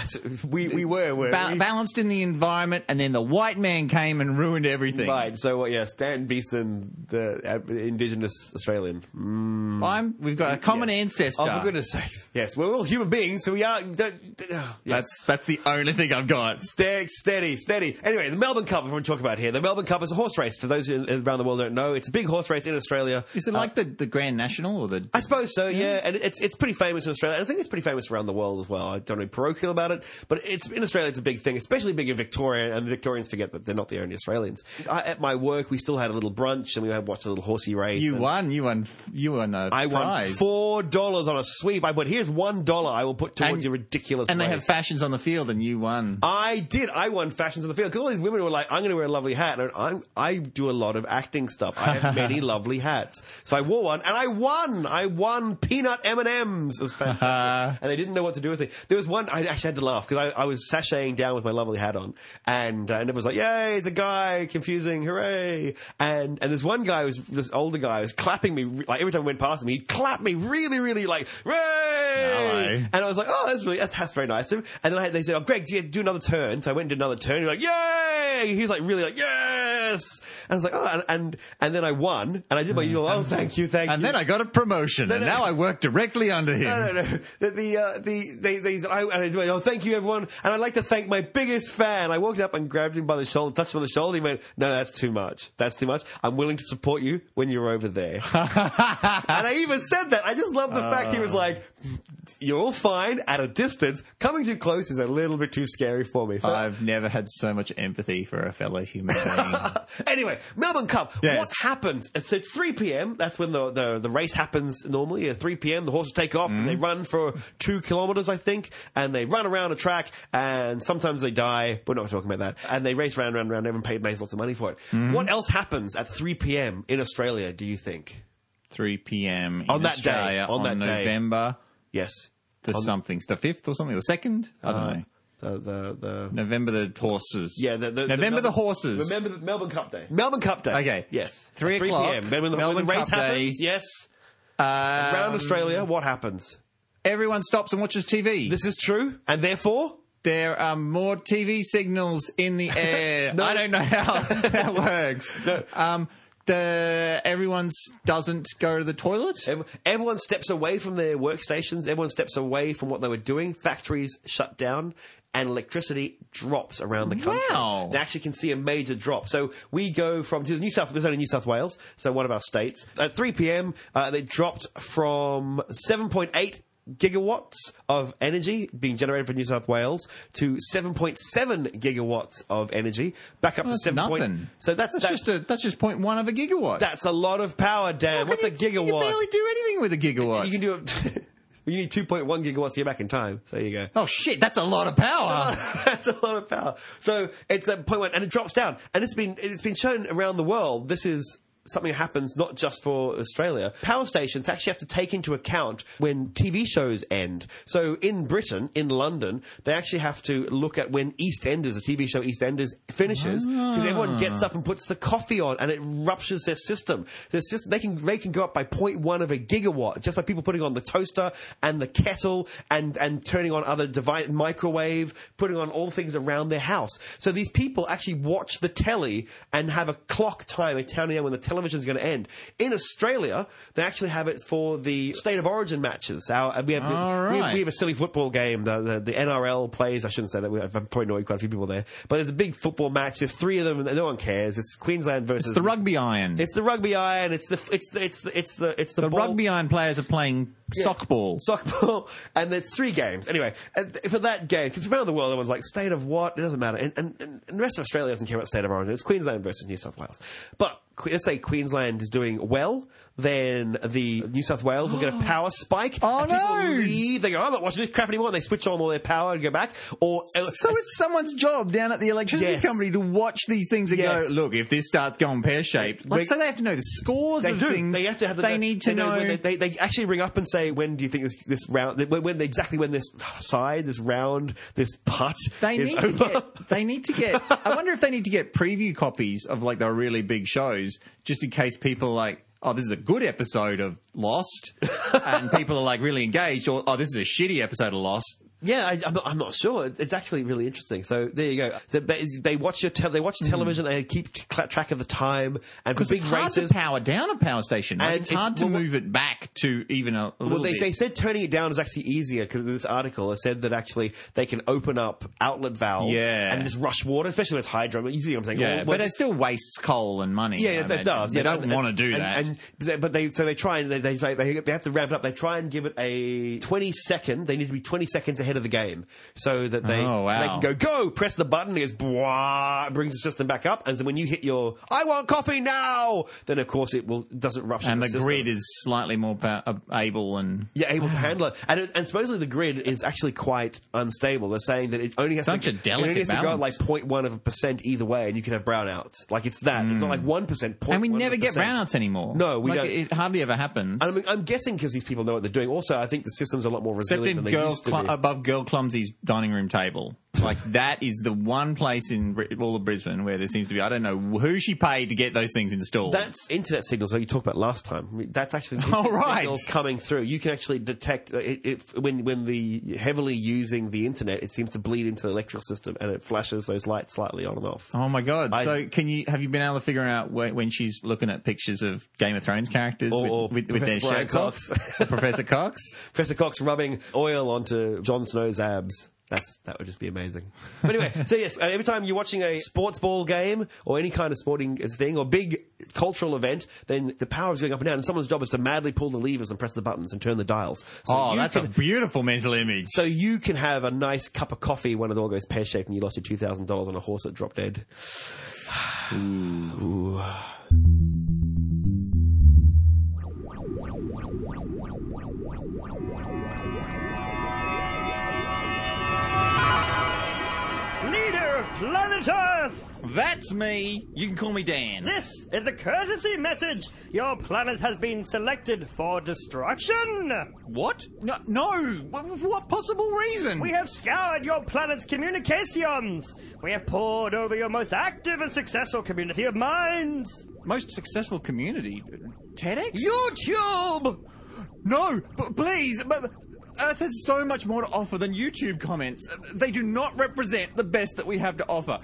we, we were. were
ba-
we?
balanced in the environment, and then the white man came and ruined everything.
Right, so uh, yes, Dan Beeston, the uh, indigenous Australian.
Mm. I'm, we've got a common ancestor.
Oh, for goodness sakes. Yes, we're all human beings, so we are. Don't, d- oh, yes.
That's that's the only thing I've got.
Steady, steady, steady. Anyway, the Melbourne Cup is what we're talking about here. The Melbourne Cup is a horse race. For those in, around the world who don't know, it's a big horse race in Australia.
Is it like the, the Grand National or the?
I suppose so, yeah. And it's it's pretty famous in Australia. And I think it's pretty famous around the world as well. I don't know parochial about it, but it's in Australia. It's a big thing, especially big in Victoria. And the Victorians forget that they're not the only Australians. I, at my work, we still had a little brunch and we had watched a little horsey race.
you
and-
won. You won. You won a
I won
prize.
four dollars on a sweep. I put here's one dollar. I will put towards
And-
your ridiculous.
and they
race."
have fashions on the field, and you won.
I did. I won fashions in the field because all these women were like, "I'm going to wear a lovely hat," and I'm, I do a lot of acting stuff. I have many lovely hats, so I wore one and I won. I won peanut M and M's. It was fantastic, and they didn't know what to do with it. There was one I actually had to laugh because I, I was sashaying down with my lovely hat on, and uh, and it was like, "Yay, it's a guy!" Confusing, hooray! And and this one guy was this older guy was clapping me re- like every time I went past him, he'd clap me really, really like, "Hooray!"
Hello.
And I was like, oh, that's really, that's, that's very nice of him. And then I, they said, oh, Greg, do, you, do another turn. So I went and did another turn. And like, yay! He was like, really like, yes! And I was like, oh, and, and, and then I won. And I did my usual, oh, thank you, thank
Mm. and
you.
then I got a promotion, and now I work directly under him.
No, no, no. The, the, uh, the, they, they said, I, and I went, oh, thank you, everyone. And I'd like to thank my biggest fan. I walked up and grabbed him by the shoulder, touched him on the shoulder. He went, no, that's too much. That's too much. I'm willing to support you when you're over there. and I even said that. I just love the fact he was like, you're all fine at a distance. Coming too close is a little bit too scary for me. So
I've never had so much empathy for a fellow human being.
Anyway, Melbourne Cup.
Yes.
What happens? So it's 3 p.m. That's when the, the, the race happens normally. At 3 p.m., the horses take off and
Mm.
they run for two kilometers, I think, and they run around a track and sometimes they die. We're not talking about that. And they race round, round, round. Everyone paid pays lots of money for it.
Mm-hmm.
What else happens at 3 p.m. in Australia, do you think?
3 p.m. in
On that day,
Australia
on that day.
November
Yes.
the something's the fifth or something, the second. I don't know.
The, the, the,
November the horses.
Uh-huh. yeah, the, the,
November the,
Melbourne-
horses.
Remember the Melbourne Cup Day. Melbourne Cup Day.
Okay.
Yes.
Three
At
o'clock,
p.m. Then when the, when
Melbourne
the race
Cup
happens,
Day.
yes.
Uh,
Round Australia, what happens?
everyone stops and watches TV.
This is true, and therefore,
there are more TV signals in the air. I don't know how that works. Um, the everyone s- doesn't go to the toilet.
ev- everyone steps away from their workstations. Everyone steps away from what they were doing. Factories shut down, and electricity drops around the country.
Wow.
They actually can see a major drop. So we go from to New South. There's only New South Wales, so one of our states. At 3 p.m., uh, they dropped from 7.8 gigawatts of energy being generated from New South Wales to 7.7 gigawatts of energy, back up
That's
to 7. point-
nothing.
So that's,
that's
that-
just a that's just point one of a gigawatt.
that's a lot of power, Dan.
How
What's a
can you-
gigawatt?
You can barely do anything with a gigawatt.
You can do it. you need 2.1 gigawatts to get back in time. So there you go.
oh shit, that's a lot of power.
That's a lot of power. So it's at point one, and it drops down. And it's been it's been shown around the world. This is something that happens not just for Australia. Power stations actually have to take into account when TV shows end. So in Britain, in London, they actually have to look at when EastEnders, the TV show EastEnders, finishes because everyone
Ah.
gets up and puts the coffee on, and it ruptures their system. Their system they can they can go up by 0.1 of a gigawatt just by people putting on the toaster and the kettle and and turning on other device microwave, putting on all things around their house. So these people actually watch the telly and have a clock time, a town down when the television's going to end. In Australia, they actually have it for the state of origin matches. Our, uh, we have the-
All
we-
right.
we have a silly football game. The, the, the NRL plays. I shouldn't say that. We- I've probably annoyed quite a few people there. But there's a big football match. There's three of them, and no one cares. It's Queensland versus
It's the rugby iron.
It's the rugby iron. It's the it's the it's the it's the it's the,
the
ball-
rugby iron players are playing sock ball.
sock ball, and there's three games. Anyway, and th- for that game, because around the world, everyone's like, state of what? It doesn't matter. And, and, and the rest of Australia doesn't care about state of origin. It's Queensland versus New South Wales. But Que- let's say Queensland is doing well, then the New South Wales will get a power spike.
Oh,
and people
no.
leave. They go, I'm not watching this crap anymore. And they switch on all their power and go back. Or
so it's someone's job down at the electricity
Yes.
company to watch these things and
Yes.
go, look, if this starts going pear shaped,
They-
like, so they have to know the scores
They
of
do.
things.
They have to have. The,
they need to
they
know.
when They, they, they actually ring up and say, "When do you think this this round? When, when exactly when this side, this round, this putt
They
is
need
over?"
to get. They need to get. I wonder if they need to get preview copies of like the really big shows, just in case people are like, oh, this is a good episode of Lost, and people are like really engaged, or oh, this is a shitty episode of Lost.
Yeah, I, I'm, not, I'm not sure. It- It's actually really interesting. So there you go. So they, they watch your te- they watch television. They keep t- cla track of the time and for
Because
big
it's hard
races.
to power down a power station. Like,
And
it's,
it's-
hard to
well,
move it back to even a, a
well,
little
they,
bit.
they said turning it down is actually easier because this article has said that actually they can open up outlet valves
Yeah.
and just rush water, especially when it's hydro. You see what I'm saying?
yeah,
Well,
but
well,
it still wastes coal and money. I
Yeah, that
imagine.
does.
They
Yeah,
don't
and-
want to do
and-
that.
And, but they- but they so they try and they, they say they, they have to ramp it up. They try and give it a twenty second. They need to be twenty seconds ahead of the game so that they
Oh,
so they
wow.
can go go press the button. It goes blah, it brings the system back up, and then when you hit your I want coffee now, then of course it will doesn't rupture.
And the,
system.
grid is slightly more pa- uh, able and
yeah able to handle it. And, it, and supposedly the grid is actually quite unstable. They're saying that it only has
Such
to
a delicate
it only has to go at like
balance.
0.1 of a percent either way, and you can have brownouts. Like it's that. It's not like one percent.
Hmm. and we never get brownouts anymore.
No, we
Like,
don't.
It hardly ever happens.
And I'm, I'm guessing because these people know what they're doing. Also, I think the system's a lot more
Except
resilient
in
than they
girls uh,
used to
cl-
be.
above girl clumsy's dining room table, like that is the one place in Bri- all of Brisbane where there seems to be. I don't know who she paid to get those things installed.
That's internet signals that you talked about last time. I mean, That's actually
All
internet
right.
signals coming through. You can actually detect uh, it, it, when when the heavily using the internet, it seems to bleed into the electrical system and it flashes those lights slightly on and off.
oh my god!
I-
so can you have you been able to figure out wh- when she's looking at pictures of Game of Thrones characters
Or-
with,
or
with, with their
Professor Brian
shirts off?
Cox.
Or Professor Cox.
Professor Cox rubbing oil onto Jon Snow's abs. That's that would just be amazing. But anyway, so yes, uh, every time you're watching a sports ball game or any kind of sporting thing or big cultural event, then the power is going up and down, and someone's job is to madly pull the levers and press the buttons and turn the dials. So
Oh,
you
that's
can,
a beautiful mental image.
so you can have a nice cup of coffee when it all goes pear shaped and you lost your two thousand dollars on a horse that dropped dead.
Leader of planet Earth!
That's me. You can call me Dan.
This is a courtesy message! Your planet has been selected for destruction!
What? No, no. What, what possible reason?
We have scoured your planet's communications! We have pored over your most active and successful community of minds!
most successful community, uh, TEDx.
YouTube!
no, but please, but Earth has so much more to offer than YouTube comments. Uh, They do not represent the best that we have to offer.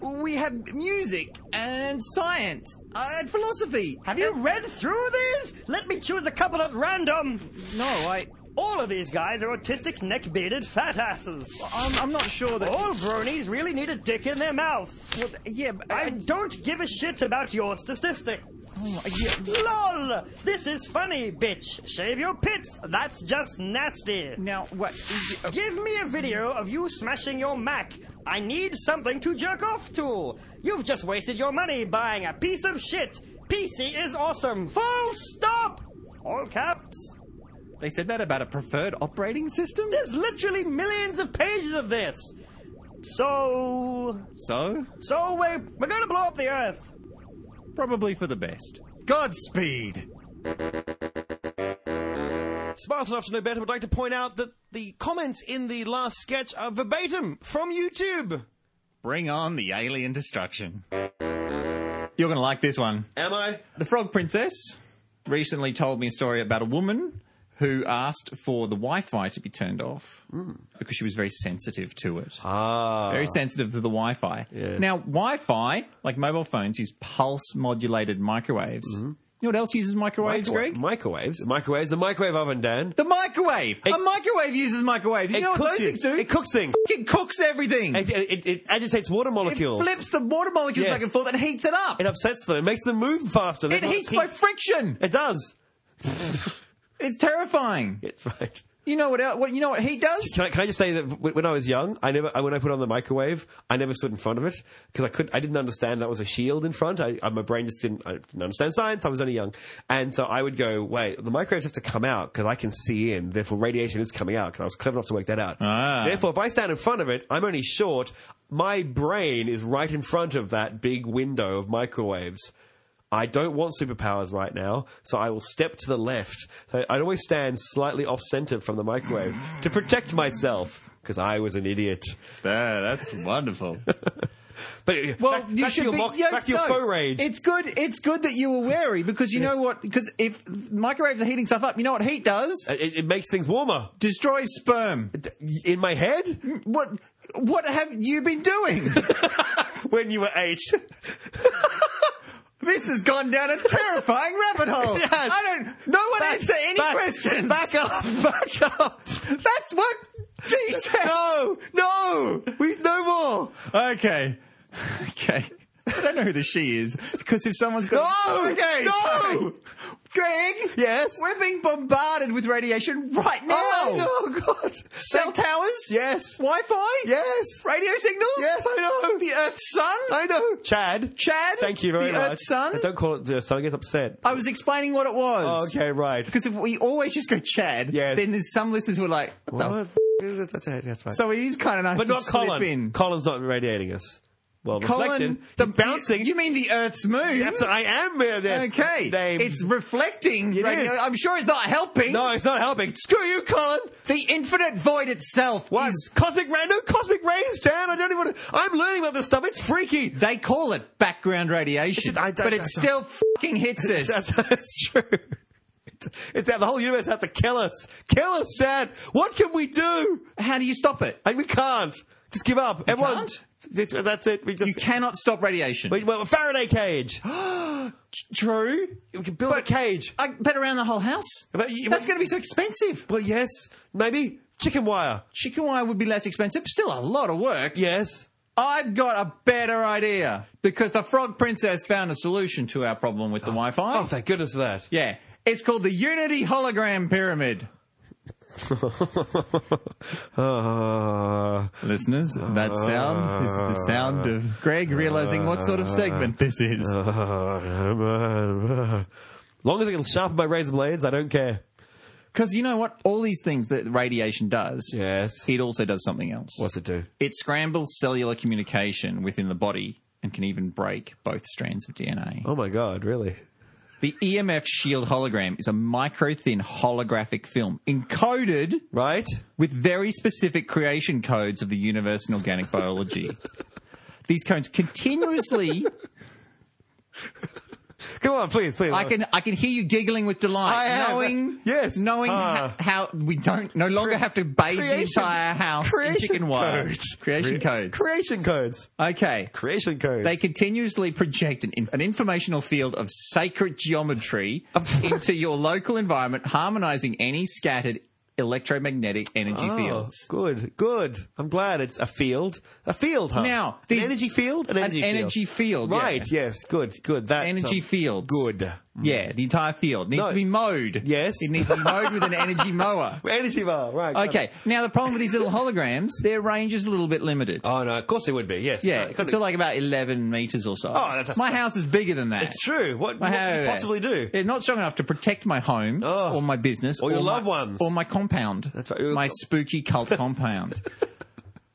We have music and science and philosophy.
Have you read through these? Let me choose a couple at random!
No, I,
All of these guys are autistic, neck bearded fat asses.
I'm, I'm not sure that.
All bronies really need a dick in their mouth.
Well, yeah, but
I don't give a shit about your statistic. LOL! This is funny, bitch. Shave your pits. That's just nasty.
Now, what? Is, oh,
Give me a video of you smashing your Mac. I need something to jerk off to. You've just wasted your money buying a piece of shit. PC is awesome. Full stop! All caps.
they said that about a preferred operating system?
There's literally millions of pages of this. So.
So,
So we're, we're gonna blow up the Earth.
probably for the best. Godspeed!
Smart enough to know better would like to point out that the comments in the last sketch are verbatim from YouTube.
Bring on the alien destruction. You're going to like this one.
Am I?
The Frog Princess recently told me a story about a woman who asked for the Wi Fi to be turned off because she was very sensitive to it.
Ah.
Very sensitive to the Wi Fi. Now, Wi Fi, like mobile phones, use pulse modulated microwaves. You know what else uses microwaves, Greg?
Microwaves. Microwaves. The microwave oven, Dan.
The microwave! a microwave uses microwaves. You know what those things do?
It cooks things.
It cooks everything.
It, it, it agitates water
It
molecules.
flips the water molecules
Yes.
back and forth and heats it up.
It upsets them. It makes them move faster.
It
That's what
heats by friction.
It does.
It's terrifying.
It's right.
You know what? el- What you know what he does?
Can I, can I just say that w- when I was young, I never when I put on the microwave, I never stood in front of it because I could I didn't understand that was a shield in front. I, I my brain just didn't I didn't understand science. I was only young, and so I would go, wait, the microwaves have to come out because I can see in. Therefore, radiation is coming out because I was clever enough to work that out. Therefore, if I stand in front of it, I'm only short. My brain is right in front of that big window of microwaves. I don't want superpowers right now, so I will step to the left. So I'd always stand slightly off center from the microwave to protect myself because I was an idiot.
that's wonderful.
But
Well,
well, back,
you
back
should
to your,
be,
mock,
yeah,
back to your
no.
faux rage.
It's good. It's good that you were wary because you know what? Because if microwaves are heating stuff up, you know what heat does?
Uh, it, it makes things warmer
Destroys sperm.
in my head
What? What have you been doing?
when you were eight.
this has gone down a terrifying rabbit hole.
Yes.
I don't. No one answer any
back-
questions.
Back up, back up.
That's what. Jesus.
No, no, we no more.
Okay. Okay. I don't know who the she is because if someone's got
No!
okay,
No!
okay. Greg,
Yes.
we're being bombarded with radiation right now.
Oh no, God.
Cell towers,
Yes,
Wi-Fi,
yes,
radio signals,
yes. I know.
the Earth's sun,
I know. Chad.
Chad.
Thank you very
the
much.
Earth's sun.
I don't call it the sun. I get upset.
I was explaining what it was.
Oh, Okay, right.
Because if we always just go Chad,
Yes.
then there's some listeners who are like, what the f-?
What? That's, that's, that's right.
so it is kind of nice
but
to
not
slip
Colin.
in.
Colin's not radiating us. Well,
Colin,
reflected. The bouncing.
You, you mean the Earth's moon?
That's- I am. uh, That's
Okay.
Name.
It's reflecting.
It
radio-
is.
I'm sure it's not helping.
no, it's not helping. Screw you, Colin.
The infinite void itself
What?
is-
Cosmic ra- no cosmic rays, Dan. I don't even. I'm learning about this stuff. It's freaky.
They call it background radiation,
It's- I- I-
but it
I-
still fucking hits us.
That's, that's true. It's- It's out. The whole universe has to kill us. Kill us, Dan. What can we do?
How do you stop it?
Like we can't. Just give up. Everyone.
can't?
That's- That's it. We just.
You cannot stop radiation.
we- well, a Faraday cage.
True,
We can build a cage.
I bet around the whole house.
But you-
That's going to be so expensive.
Well, yes, maybe chicken wire.
Chicken wire would be less expensive, but still a lot of work.
Yes.
I've got a better idea because the Frog Princess found a solution to our problem with the Wi-Fi.
Oh, thank goodness for that.
yeah, it's called the Unity Hologram Pyramid.
Uh,
Listeners, that sound is the sound of Greg realizing what sort of segment this is.
long as I can sharpen my razor blades, I don't care.
Because you know what? All these things that radiation does,
Yes.
it also does something else.
What's it do?
It scrambles cellular communication within the body and can even break both strands of DNA.
Oh my god, really?
The EMF shield hologram is a micro thin holographic film encoded
Right?
with very specific creation codes of the universe and organic biology. These codes continuously.
Come on, please, please.
I can I can hear you giggling with delight,
I am.
knowing
Yes.
knowing
Ah.
ho- how, we don't no longer have to bathe
creation-
the entire house in
creation
chicken wire
codes.
creation codes.
Creation codes.
okay,
Creation codes.
They continuously project an, an informational field of sacred geometry into your local environment, harmonizing any scattered electromagnetic energy
Oh,
fields.
Good, good. I'm glad it's a field. A field, huh?
Now,
an
these-
energy field? An
an
energy field.
energy field, yeah.
Right, yes, good, good. That
Energy
um,
fields.
Good.
Yeah, the entire field needs
No.
to be mowed.
Yes.
It needs to be mowed with an energy mower.
Energy bar, right. got
Okay,
it.
now the problem with these little holograms, their range is a little bit limited.
Oh, no, of course it would be, yes.
yeah,
No, it couldn't-
to like about 11 meters or so.
Oh, that's-
My house is bigger than that.
it's true. What,
My
what could you
house-
possibly do?
It's not strong enough to protect my home
Oh.
or my business
Or your
my-
loved ones.
or my compound.
That's right, your-
My spooky cult compound.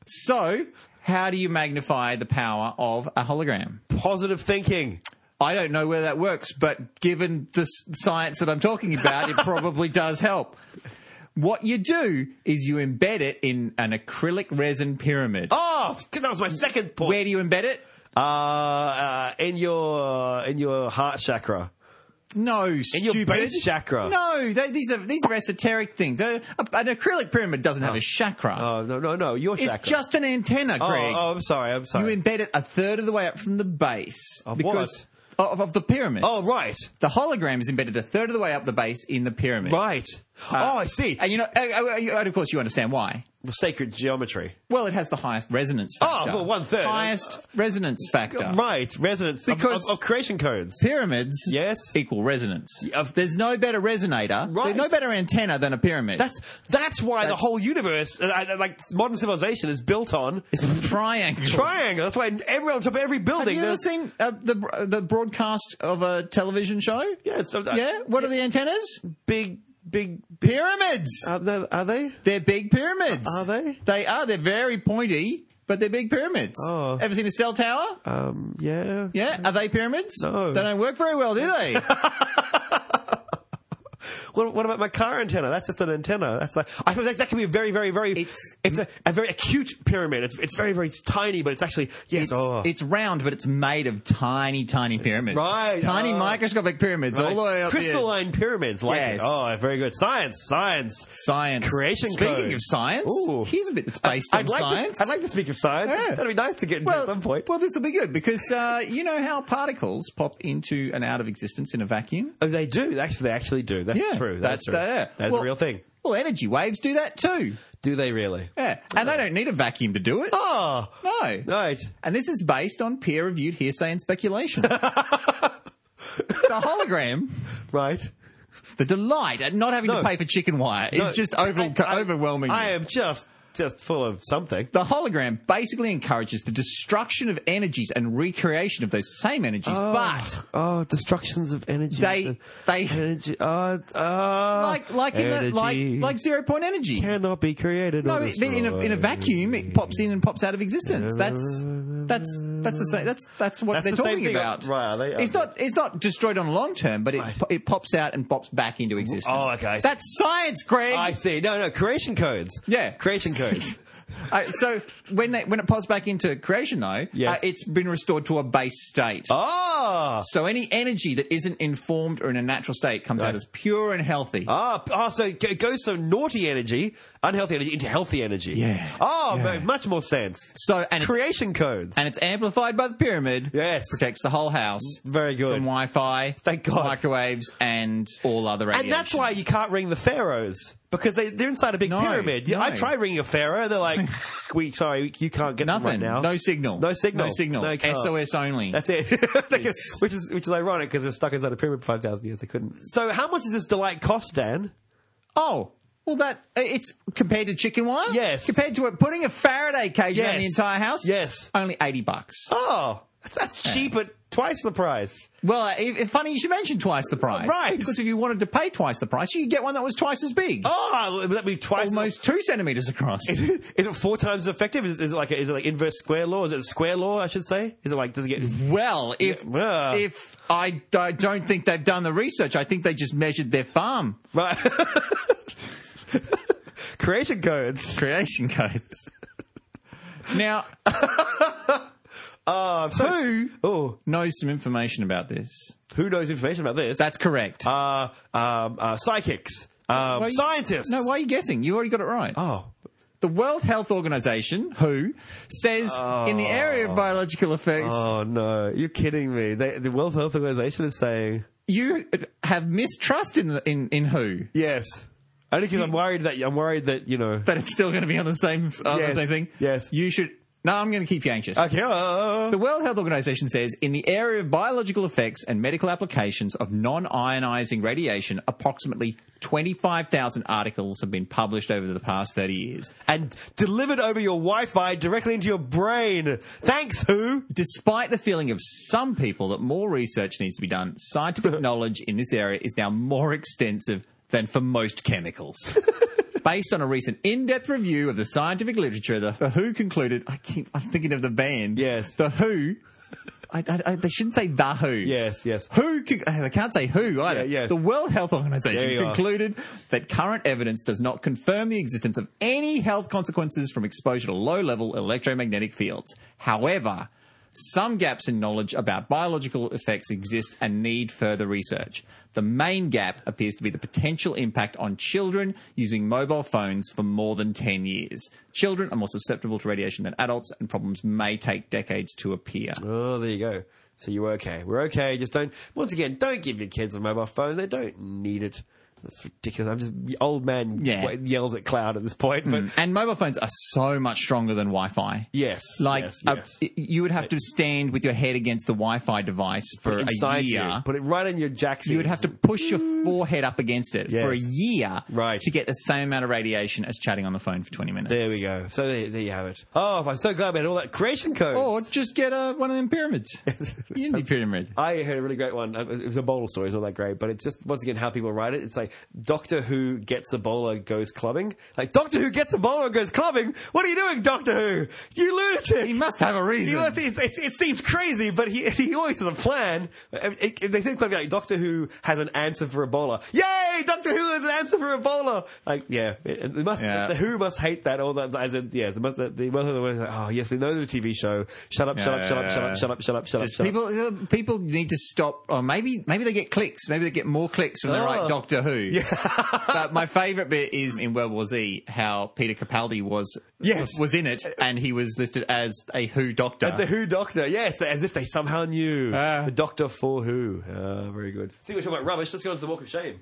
So, how do you magnify the power of a hologram?
Positive thinking.
I don't know where that works, but given the s- science that I'm talking about, it probably does help. What you do is you embed it in an acrylic resin pyramid.
Oh, 'cause that was my second point.
Where do you embed it?
Uh, uh, in your in your heart chakra.
No, stupid.
base chakra.
No, they, these are these are esoteric things. Uh, an acrylic pyramid doesn't have a chakra.
Oh no no no, your
it's
chakra.
just an antenna,
oh,
Greg.
oh, I'm sorry, I'm
you
sorry.
embed it a third of the way up from the base
Of
because Of, of the pyramid.
oh right,
The hologram is embedded a third of the way up the base in the pyramid.
right.
Uh,
oh, I see.
And you know, uh, uh, you- and of course, you understand why.
Sacred geometry.
Well, it has the highest resonance
Oh,
factor.
well, one third.
Highest resonance factor.
Right, resonance of-
Because-
of, of creation codes.
Pyramids
Yes.
equal resonance.
Of-
There's no better resonator.
Right.
There's no better antenna than a pyramid.
That's that's why the
That's-
whole universe, uh, uh, like modern civilization, is built on
triangle.
triangle. That's why every on top of every
Have
building.
you ever
there's-
seen uh, the the broadcast of a television show?
yeah, so, uh,
Yeah. What are the antennas?
big big.
Pyramids.
Are they? Are they?
they're big pyramids.
Uh, Are they?
They are. They're very pointy, but they're big pyramids.
Oh.
Ever seen a cell tower?
Um, yeah.
yeah. Are they pyramids?
No.
They don't work very well, do they?
What, what about my car antenna? That's just an antenna. That's like I suppose that, that can be a very, very, very.
It's-
it's a, a very acute pyramid. It's, it's very, very tiny, but it's actually yes.
It's,
oh.
it's round, but it's made of tiny, tiny pyramids.
Right,
Tiny
oh.
microscopic pyramids all the way up. the edge.
crystalline pyramids. Like it.
Yes.
oh, very good science, science.
Science.
Creation
Speaking
code.
of science,
Ooh.
here's a bit that's based on
I'd like
science.
to. I'd like to speak of science.
Yeah.
That'd be nice to get into
well,
at some point.
Well, this will be good because uh, you know how particles pop into and out of existence in a vacuum?
oh, they do. Actually, they actually do. That's
Yeah,
true.
that's
That's, true.
there.
That's
Well-
a real thing.
Well, energy waves do that too.
Do they really?
Yeah. And they don't need a vacuum to do it.
Oh,
No.
right.
And this is based on peer reviewed hearsay and speculation. the hologram,
Right.
the delight at not having
No.
to pay for chicken wire
No,
is just over-
I- I-
overwhelming.
I am just just full of something.
the hologram basically encourages the destruction of energies and recreation of those same energies, but
oh, destructions of energy.
They- they-
energy. Uh, uh,
like like in the, like
energy
like zero point energy.
cannot be created.
no,
or
it, in a, in a
destroyed.
vacuum, it pops in and pops out of existence. That's that's that's the same. That's that's what
That's
they're
the same
talking
thing,
about.
right, are they-
it's not it's not destroyed on long term, but it
Right.
po- it pops out and pops back into existence.
Oh, okay, I see.
That's science, Greg.
I see. No, no, creation codes.
Yeah.
creation codes.
Uh, so when they, when it pops back into creation, though,
Yes.
uh, it's been restored to a base state.
Ah,
So any energy that isn't informed or in a natural state comes out as pure and healthy.
ah, ah. So it goes from naughty energy, unhealthy energy, into healthy energy.
Yeah.
Oh, ma- much more sense.
so and it's,
Creation codes.
and it's amplified by the pyramid.
Yes.
protects the whole house.
Very good.
From Wi-Fi,
Thank God.
microwaves, and all other radiation.
And that's why you can't ring the pharaohs because they, they're inside a big
No,
pyramid. Yeah, I
no.
tried ringing a pharaoh, they're like, "We sorry, you can't get them
nothing.
right now.
No signal.
no signal,
No signal.
No, you can't.
SOS only.
That's it. They can- which is which is ironic because they're stuck inside a pyramid for five thousand years. They couldn't. So how much does this delight cost, Dan?
oh. Well, that it's compared to chicken wire.
Yes.
Compared to it, putting a Faraday cage around the
Yes.
entire house.
Yes.
Only eighty bucks.
Oh, that's, that's cheap at twice the price.
Well, i i- funny you should mention twice the price.
Right.
Because if you wanted to pay twice the price, you could get one that was twice as big.
Oh, would that be twice?
Almost two centimetres across.
Is it four times effective? Is, is it like a, is it like inverse square law? Is it square law? I should say. Is it like does it get? Ah.
Well, if
Yeah.
if I, d- I don't think they've done the research, I think they just measured their farm
Right. Creation codes.
creation codes. now,
Who? Oh,
knows some information about this?
who knows information about this?
That's correct.
uh, um, uh, psychics, um,
Why you-
scientists.
No, why are you guessing? You already got it right.
Oh,
The World Health Organization, who says in the area of biological effects,
oh no! You're kidding me. They, the World Health Organization is saying
you have mistrust in, the, in in who.
yes. Only because I'm worried that I'm worried that you know.
That it's still going to be on the same, on
Yes,
the same thing.
yes.
You should. No, I'm going to keep you anxious.
Okay. uh,
The World Health Organization says in the area of biological effects and medical applications of non ionizing radiation, approximately 25,000 articles have been published over the past 30 years.
and delivered over your Wi-Fi directly into your brain. Thanks, who?
Despite the feeling of some people that more research needs to be done, scientific knowledge in this area is now more extensive than for most chemicals. Based on a recent in-depth review of the scientific literature, the, the WHO concluded. I keep I'm thinking of the band.
Yes.
the Who. I, I, I, they shouldn't say the Who.
Yes, yes.
Who? con- They can't say who either.
Yeah, yes.
The World Health
There
Organization
you are.
concluded that current evidence does not confirm the existence of any health consequences from exposure to low level electromagnetic fields. However, some gaps in knowledge about biological effects exist and need further research. The main gap appears to be the potential impact on children using mobile phones for more than 10 years. Children are more susceptible to radiation than adults, and problems may take decades to appear.
Oh, there you go. So you're okay. We're okay. Just don't. Once again, don't give your kids a mobile phone. They don't need it. That's ridiculous. I'm just the old man
Yeah. Mm.
wa- yells at cloud at this point. But
And mobile phones are so much stronger than Wi Fi.
yes,
Like
yes,
uh,
yes.
y- you would have to stand with your head against the Wi-Fi device for a
inside
year.
you, put it right in your jack.
you would have to push your forehead up against it for a
Yes.
year
Right.
to get the same amount of radiation as chatting on the phone for 20 minutes.
There we go. So there, there you have it. Oh, I'm so glad we had all that creation code.
Or just get uh, one of them pyramids. you need pyramid.
I heard a really great one. It was a Ebola story. It's not that great, but it's just once again how people write it. It's like Doctor Who gets Ebola goes clubbing. Like Doctor Who gets Ebola and goes clubbing. What are you doing, Doctor Who? You lunatic!
He must have a reason.
He must- it's- it's- it seems crazy, but he, he always has a plan. Uh, It- it- they think quite like Doctor Who has an answer for Ebola. Yay! Doctor Who has an answer for Ebola. Like, yeah, it, it must.
Yeah.
The Who must hate that. All that as in, yeah, the must. The, the, like, oh yes, we know the TV show. Shut up! Shut up! Shut up! Shut up! Shut up! Shut up! Shut up! Shut up!
People, uh, people need to stop, or maybe maybe they get clicks. Maybe they get more clicks when they
Oh.
write Doctor Who. but my favourite bit is in World War Z how Peter Capaldi was
Yes.
was in it, and he was listed as a Who doctor.
The Who Doctor, yes, as if they somehow knew.
Ah.
the Doctor for Who. Ah, very good. See, we're talking about rubbish. Let's go on to the Walk of Shame.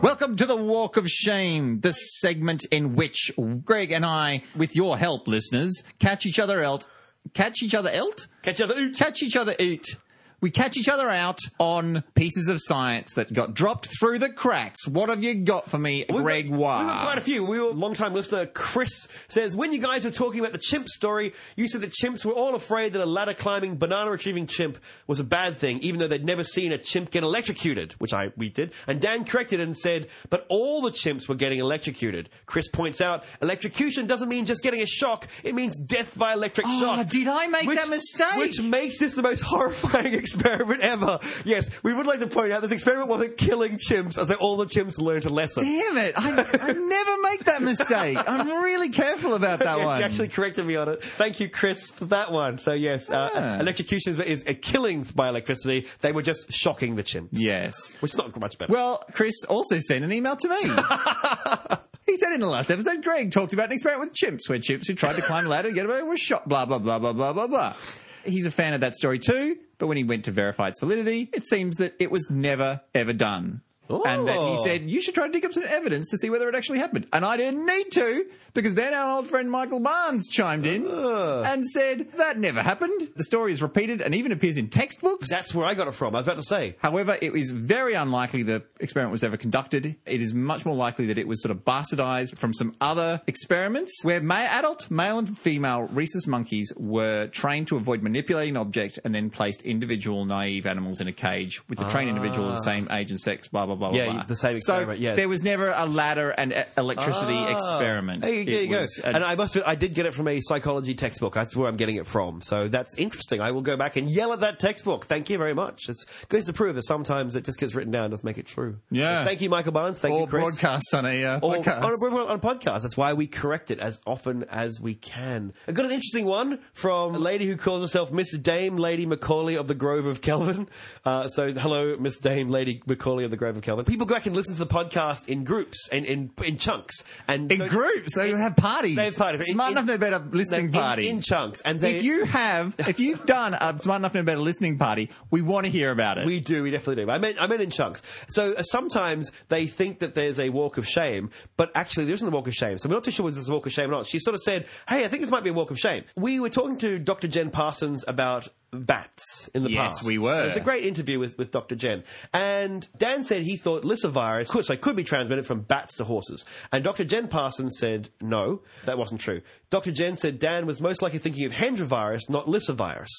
Welcome to the Walk of Shame, the segment in which Greg and I, with your help, listeners, catch each other out. Catch each other out.
Catch you at the oot.
catch each other out. We catch each other out on pieces of science that got dropped through the cracks. What have you got for me,
We've
Greg
got- We've got quite a
Wah?
few. We were long-time listener Chris says when you guys were talking about the chimp story, you said that chimps were all afraid that a ladder climbing banana retrieving chimp was a bad thing, even though they'd never seen a chimp get electrocuted, which I we did. And Dan corrected and said, but all the chimps were getting electrocuted. Chris points out electrocution doesn't mean just getting a shock; it means death by electric
Oh,
shock.
did I make that mistake?
Which makes this the most horrifying experiment ever. Yes, we would like to point out this experiment wasn't killing chimps, as though all the chimps learned a lesson.
Damn it! I, I never make that mistake. I'm really careful about that
Yeah,
one.
You actually corrected me on it. Thank you, Chris, for that one. So yes, uh,
Ah.
electrocution is, is a killing by electricity. They were just shocking the chimps.
yes.
Which is not much better.
Well, Chris also sent an email to me. he said in the last episode, Greg talked about an experiment with chimps where chimps who tried to climb a ladder and get away were shot, blah, blah, blah, blah, blah, blah, blah. He's a fan of that story too, but when he went to verify its validity, it seems that it was never, ever done. And that he
Oh.
said, you should try to dig up some evidence to see whether it actually happened. And I didn't need to, because then our old friend Michael Barnes chimed in and said, that never happened. The story is repeated and even appears in textbooks.
that's where I got it from. I was about to say.
However, it is very unlikely the experiment was ever conducted. It is much more likely that it was sort of bastardized from some other experiments where ma adult male and female rhesus monkeys were trained to avoid manipulating an object and then placed individual naive animals in a cage with the trained individual of the same age and sex, blah, blah, blah, blah,
Ah. Yeah,
blah.
the same experiment,
So
yes.
there was never a ladder and e- electricity
Ah.
experiment.
Hey, there
It
you go.
was a-
And I must admit, I did get it from a psychology textbook. That's where I'm getting it from. So that's interesting. I will go back and yell at that textbook. Thank you very much. It goes to prove that sometimes it just gets written down doesn't make it true.
Yeah.
So thank you, Michael Barnes. Thank
or
you, Chris.
broadcast on a uh,
Or on
podcast.
a, on a podcast. That's why we correct it as often as we can. I got an interesting one from a lady who calls herself Miss Dame Lady Macaulay of the Grove of Kelvin. Uh, so, hello, Miss Dame Lady Macaulay of the Grove of Kelvin. People go back and listen to the podcast in groups and in, in chunks. And
In
so-
groups, they have parties.
They have parties.
Smart
In-
enough, no better
no,
listening
in-
party.
in, chunks. And they,
if you have, if you've done a smart enough, no better listening party, we want to hear about it.
We do, we definitely do. I meant, I meant in chunks. So uh, sometimes they think that there's a walk of shame, but actually there isn't a walk of shame. So we're not too sure whether there's a walk of shame or not. She sort of said, hey, I think this might be a walk of shame. We were talking to Dr. Jen Parsons about bats in the
Yes,
past.
we were.
It was a great interview with, with Dr. Jen. And Dan said he thought lysovirus could, so could be transmitted from bats to horses. And Dr. Jen Parsons said no, that wasn't true. Dr. Jen said Dan was most likely thinking of hendrovirus, not lysovirus.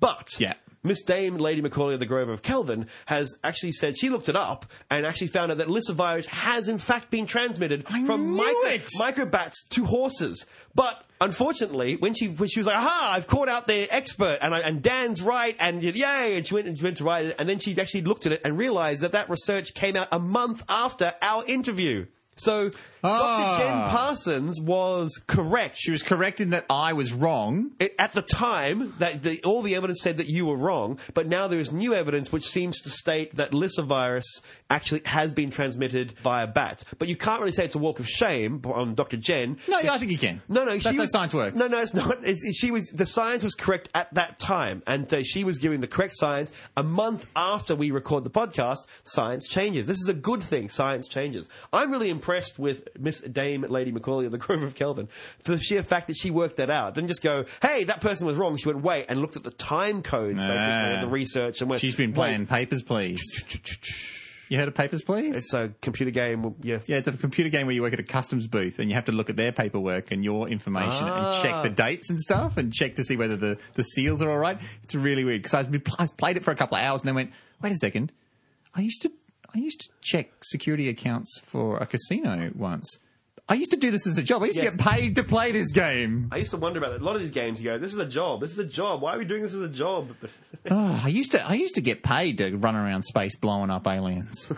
But
Yeah.
Miss Dame Lady Macaulay of the Grove of Kelvin has actually said she looked it up and actually found out that lysovirus has in fact been transmitted from
knew
micro,
it!
microbats to horses. But unfortunately, when she when she was like, "Aha! I've caught out the expert," and I, and Dan's right, and yay! And she went and she went to write it, and then she actually looked at it and realized that that research came out a month after our interview. So
Ah.
Dr. Jen Parsons was correct.
she was correct in that I was wrong.
It- at the time that the, all the evidence said that you were wrong, but now there is new evidence which seems to state that lysovirus actually has been transmitted via bats. But you can't really say it's a walk of shame on Dr. Jen.
No, I think you can.
No, no,
that's
she
how
was-
science works.
No, no, it's not. It's, it- she was the science was correct at that time, and uh, she was giving the correct science. A month after we record the podcast, science changes. This is a good thing. Science changes. I'm really impressed with Miss Dame Lady Macaulay of the Grove of Kelvin for the sheer fact that she worked that out. Didn't just go, "Hey, that person was wrong." She went, "Wait," and looked at the time codes basically
Ah.
of the research and went.
She's been
"Wait."
playing Papers, Please. You heard of Papers, Please?
It's a computer game. Yes.
yeah, it's a computer game where you work at a customs booth and you have to look at their paperwork and your information
Ah.
and check the dates and stuff and check to see whether the, the seals are all right. It's really weird because I, was- I played it for a couple of hours and then went, wait a second, I used to I used to check security accounts for a casino once. I used to do this as a job. I used
Yes.
to get paid to play this game.
I used to wonder about that. A lot of these games, you go, "This is a job. This is a job. Why are we doing this as a job?"
Oh, I used to I used to get paid to run around space blowing up aliens.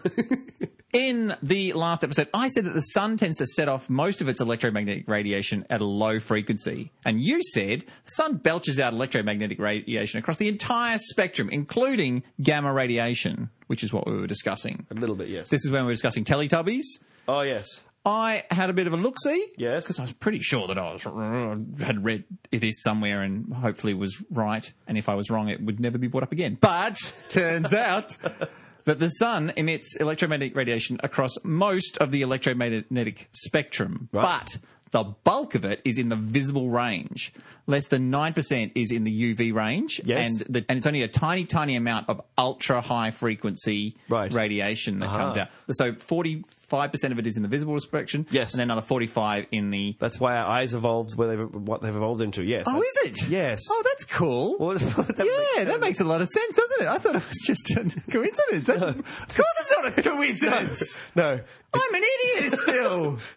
In the last episode, I said that the sun tends to set off most of its electromagnetic radiation at a low frequency. And you said the sun belches out electromagnetic radiation across the entire spectrum, including gamma radiation, which is what we were discussing.
a little bit, yes.
This is when we were discussing Teletubbies.
oh, yes.
I had a bit of a look see.
Yes.
Because I was pretty sure that I was, had read this somewhere and hopefully was right. And if I was wrong, it would never be brought up again. But turns out that the sun emits electromagnetic radiation across most of the electromagnetic spectrum. But the bulk of it is in the visible range. Less than 9% is in the UV range.
Yes.
And, the, and it's only a tiny, tiny amount of ultra high frequency
Right.
radiation that comes out. So 45% of it is in the visible direction.
Yes.
And then another 45 in the.
That's why our eyes evolved where they've, what they've evolved into. Yes.
Oh, is it?
Yes.
Oh, that's cool.
Well, that
yeah, that makes a lot of sense, doesn't it? I thought it was just a coincidence. That's, Of course, it's not a coincidence.
no.
I'm an idiot Oh,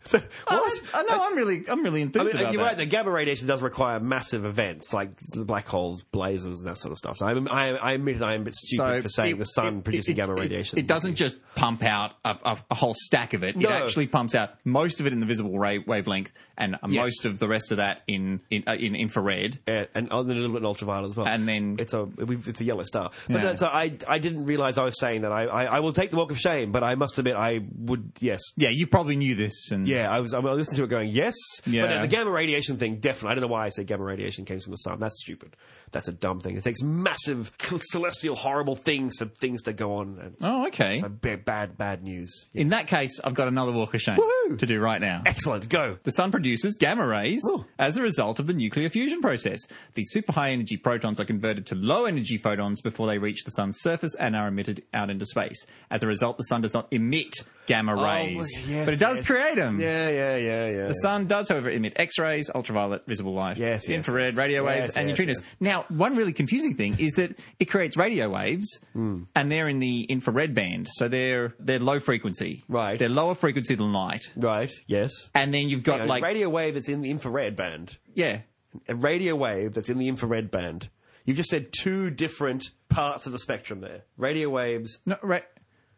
still.
what?
I, I know. I'm really, I'm really
I
enthused
mean,
about
you're right.
that.
The gamma radiation does require massive events like the black holes, blazers, and that sort of stuff. So I'm, I, I admit I am a bit stupid for saying
it-
the sun
it-
producing
it-
gamma
it-
radiation.
It, doesn't just pump out a, a, a whole stack of it.
No.
It actually pumps out most of it in the visible ray, wavelength, and
Yes.
most of the rest of that in in, uh, in infrared.
Yeah, and oh, and a little bit in ultraviolet as well.
And then-
it's a we've- it's a yellow star. But
Yeah.
no, so I I didn't realize I was saying that. I, I I will take the walk of shame, but I must admit I would yes
Yeah, you probably knew this, and
Yeah, I was. I listened to it going, yes. But
Yeah.
no, the gamma radiation thing, definitely. I don't know why I say gamma radiation came from the sun. That's stupid. That's a dumb thing. It takes massive celestial horrible things for things to go on. And
oh, okay.
so ba- bad, bad news. Yeah.
in that case, I've got another walk of shame
Woohoo!
to do right now.
Excellent. Go.
The sun produces gamma rays
Ooh.
as a result of the nuclear fusion process. These super high energy protons are converted to low energy photons before they reach the sun's surface and are emitted out into space. As a result, the sun does not emit gamma rays,
Oh, yes,
but it does
yes.
create them.
Yeah, yeah, yeah, yeah.
The sun does, however, emit X rays, ultraviolet, visible light,
Yes, yes,
infrared,
yes.
radio waves,
Yes,
and
yes,
neutrinos.
yes.
Now, one really confusing thing is that it creates radio waves,
Mm.
and they're in the infrared band, so they're they're low frequency.
Right.
they're lower frequency than light.
Right. Yes.
And then you've got
A
like
radio wave that's in the infrared band.
yeah,
A radio wave that's in the infrared band. You've just said two different parts of the spectrum there. Radio waves.
no, ra-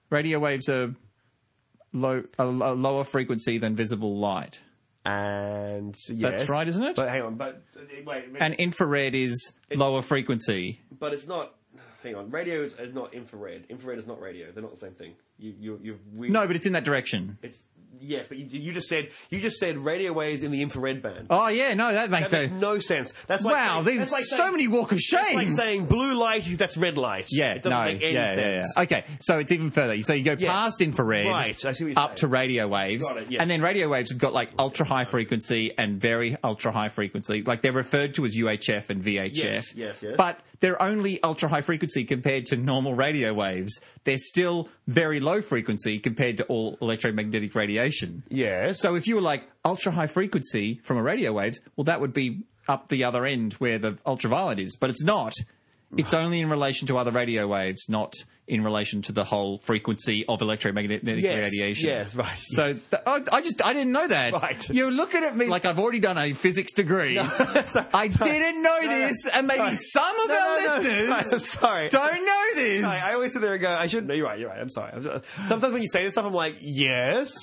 radio waves are low a, a lower frequency than visible light,
And yes,
That's right, isn't it?
But hang on, but uh, wait.
and infrared is lower frequency.
but it's not. Hang on, radios are not infrared. Infrared is not radio. They're not the same thing. You, you, you've we-
No, but it's in that direction.
It's yes, but you, you just said you just said radio waves in the infrared band.
Oh yeah, no, that makes
that makes
sense.
no sense. That's like
Wow,
saying,
there's
that's like
so
saying-
many walk of shame.
That's like saying blue light. That's red light.
Yeah,
it doesn't
no,
make any
yeah, yeah,
sense.
yeah. Okay, so it's even further. So you go
Yes.
past infrared,
Right, I see what you're
up
saying.
to radio waves,
Got it, yes.
and then radio waves have got like ultra high frequency and very ultra high frequency. Like they're referred to as UHF and VHF.
Yes, yes, yes.
But they're only ultra high frequency compared to normal radio waves. They're still very low frequency compared to all electromagnetic radiation.
Yes.
So if you were like ultra high frequency from a radio waves, well, that would be up the other end where the ultraviolet is, but it's not. It's only in relation to other radio waves, not in relation to the whole frequency of electromagnetic
Yes,
radiation.
yes, right,
So th- I, I just I didn't know that.
Right.
You're looking at me like I've already done a physics degree. I didn't know this, and maybe
sorry.
some of
No,
our
no, no,
listeners
sorry, sorry.
don't know this.
Sorry, I always sit there and go, I shouldn't. No, you're right. You're right. I'm sorry. I'm so- sometimes when you say this stuff, I'm like, yes,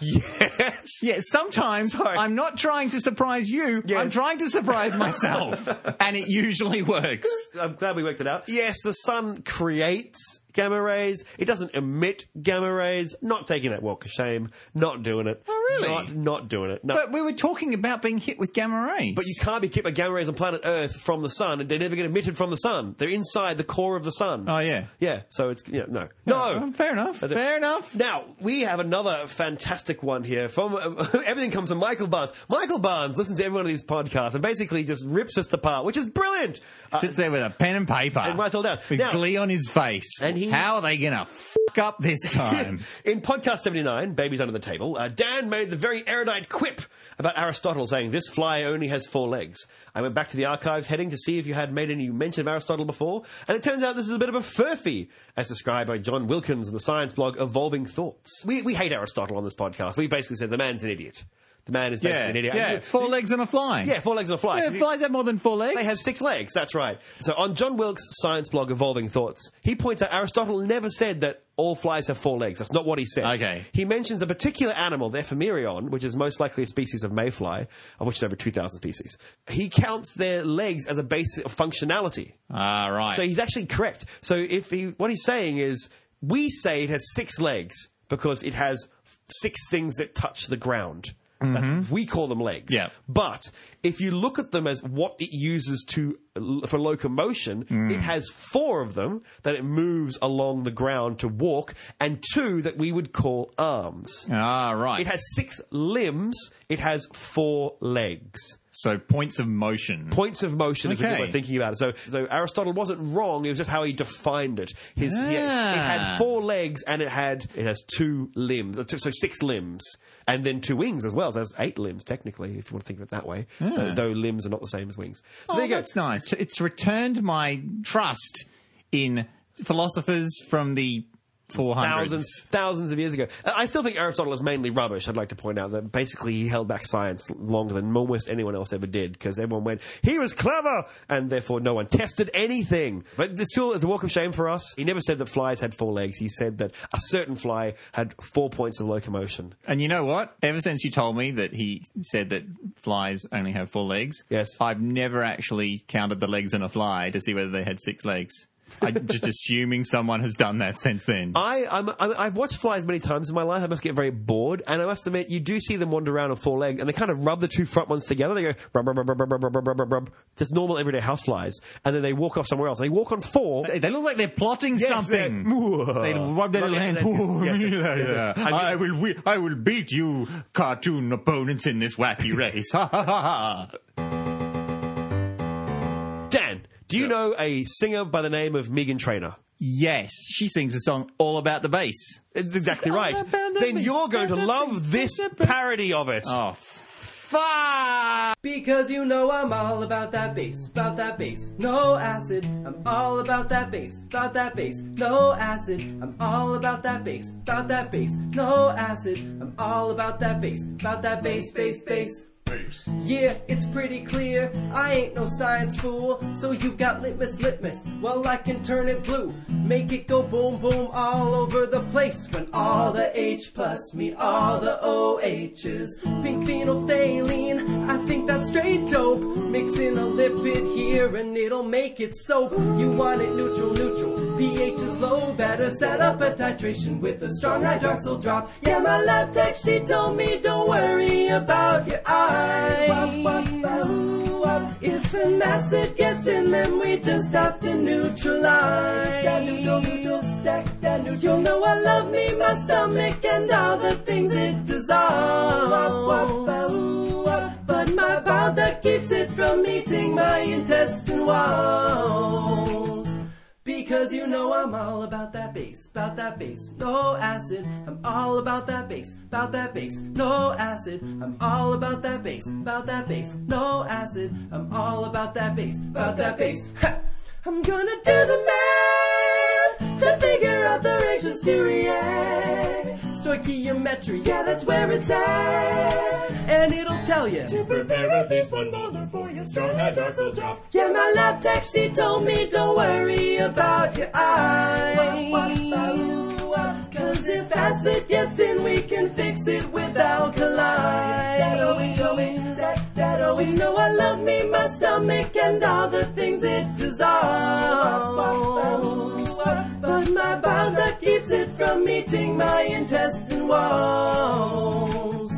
yes.
Yeah, sometimes
Sorry.
I'm not trying to surprise you.
Yes.
I'm trying to surprise myself, and it usually works.
I'm glad we worked it out. Yes, the sun creates gamma rays. It doesn't emit gamma rays. Not taking that walk of shame. Not doing it.
Oh, really?
Not, not doing it. No.
But we were talking about being hit with gamma rays.
But you can't be hit by gamma rays on planet Earth from the sun, and they never get emitted from the sun. They're inside the core of the sun.
Oh, yeah.
yeah. So it's yeah, no, no.
Oh, fair enough.
That's it.
Fair enough.
Now we have another fantastic one here. From everything comes from Michael Barnes. Michael Barnes listens to every one of these podcasts and basically just rips us apart, which is brilliant. Uh,
Sits there with a pen and paper.
and writes all down.
With
Now-
glee on his face.
And he-
How are they going to fuck up this time?
In podcast 79, Babies Under the Table, uh, Dan made the very erudite quip about Aristotle saying, This fly only has four legs. I went back to the archives heading to see if you had made any mention of Aristotle before, and it turns out this is a bit of a furphy, as described by John Wilkins in the science blog Evolving Thoughts. We, we hate Aristotle on this podcast. We basically said the man's an idiot. The man is basically an idiot.
yeah.
And-
Four legs on a fly.
yeah, four legs and a fly.
Yeah, flies have more than four legs.
They have six legs, that's right. So on John Wilkes' science blog Evolving Thoughts, he points out Aristotle never said that all flies have four legs. That's not what he said.
Okay.
He mentions a particular animal, the ephemerion, which is most likely a species of mayfly, of which there's over 2,000 species. He counts their legs as a basic of functionality.
Ah, right.
So he's actually correct. So if he, what he's saying is, we say it has six legs because it has f- six things that touch the ground. That's, we call them legs.
Yeah.
But if you look at them as what it uses to for locomotion, it has four of them that it moves along the ground to walk, and two that we would call arms.
ah, right.
It has six limbs. It has four legs
so points of motion.
points of motion is a good
Okay.
way of thinking about it. So, so Aristotle wasn't wrong. It was just how he defined it. His he-
Ah.
it had four legs and it had it has two limbs, uh, two- so six limbs, and then two wings as well. So that's eight limbs technically, if you want to think of it that way. Though, though limbs are not the same as wings.
Hmm.
So
oh,
there you go.
that's nice. It's returned my trust in philosophers from the 400s.
thousands, thousands of years ago. Uh, I still think Aristotle is mainly rubbish. I'd like to point out that basically he held back science longer than almost anyone else ever did because everyone went, he was clever, and therefore no one tested anything. But it's still, it's a walk of shame for us. He never said that flies had four legs. He said that a certain fly had four points of locomotion.
And you know what? Ever since you told me that he said that flies only have four legs,
Yes.
I've never actually counted the legs in a fly to see whether they had six legs. I'm just assuming someone has done that since then.
I, I'm, I'm, I've watched flies many times in my life. I must get very bored, and I must admit, you do see them wander around on four legs, and they kind of rub the two front ones together. They go rub, rub, rub, rub, rub, rub, rub, rub, rub, rub, just normal everyday house flies, and then they walk off somewhere else. They walk on four.
They- they look like they're plotting something. They rub their
Uh, Rub
little
it in
hands.
and- yes, yes, yes.
Yeah, yeah.
I'm-
I will, we- I will beat you, cartoon opponents, in this wacky race. Ha ha ha ha!
Dan, do you know a singer by the name of Megan Trainor?
Yes, she sings a song all about the bass.
It's exactly
It's all
right.
about the
Then
beat,
you're going to
about the
love
beat,
this
about the beat.
parody of it.
Oh, fuck!
Because you know I'm all about that bass, about that bass, no acid. I'm all about that bass, about that bass, no acid. I'm all about that bass, about that bass, no acid. I'm all about that bass, about that bass, bass, bass.
base.
Yeah, it's pretty clear. I ain't no science fool. So you got litmus, litmus. Well, I can turn it blue. Make it go boom, boom all over the place. When all the H plus meet all the OHs. Pink phenolphthalein, I think that's straight dope. Mix in a lipid here and it'll make it soap. You want it neutral, neutral. pH is low, better set up a titration with a strong hydroxyl drop. Yeah, my lab tech, she told me don't worry about your eyes. If an acid gets in, then we just have to neutralize. That neutral, neutral, stack that neutral. You know I love me, my stomach, and all the things it dissolves. But my bowel that keeps it from eating my intestine walls. Because you know I'm all about that bass, about that bass, no acid. I'm all about that bass, about that bass, no acid. I'm all about that bass, about that bass, no acid. I'm all about that bass, about that bass. Ha! I'm gonna do the math to figure out the ratios to react. Stoichiometry, yeah, that's where it's at, and it'll tell you to prepare at least one molar for your strong hydroxyl drop. Yeah, my lab tech, she told me don't worry about your eyes. Cause if acid gets in, we can fix it with alkali. That always, always, that, that always. know I love me, my stomach, and all the things it dissolves. But my bowel that keeps it from eating my intestine walls.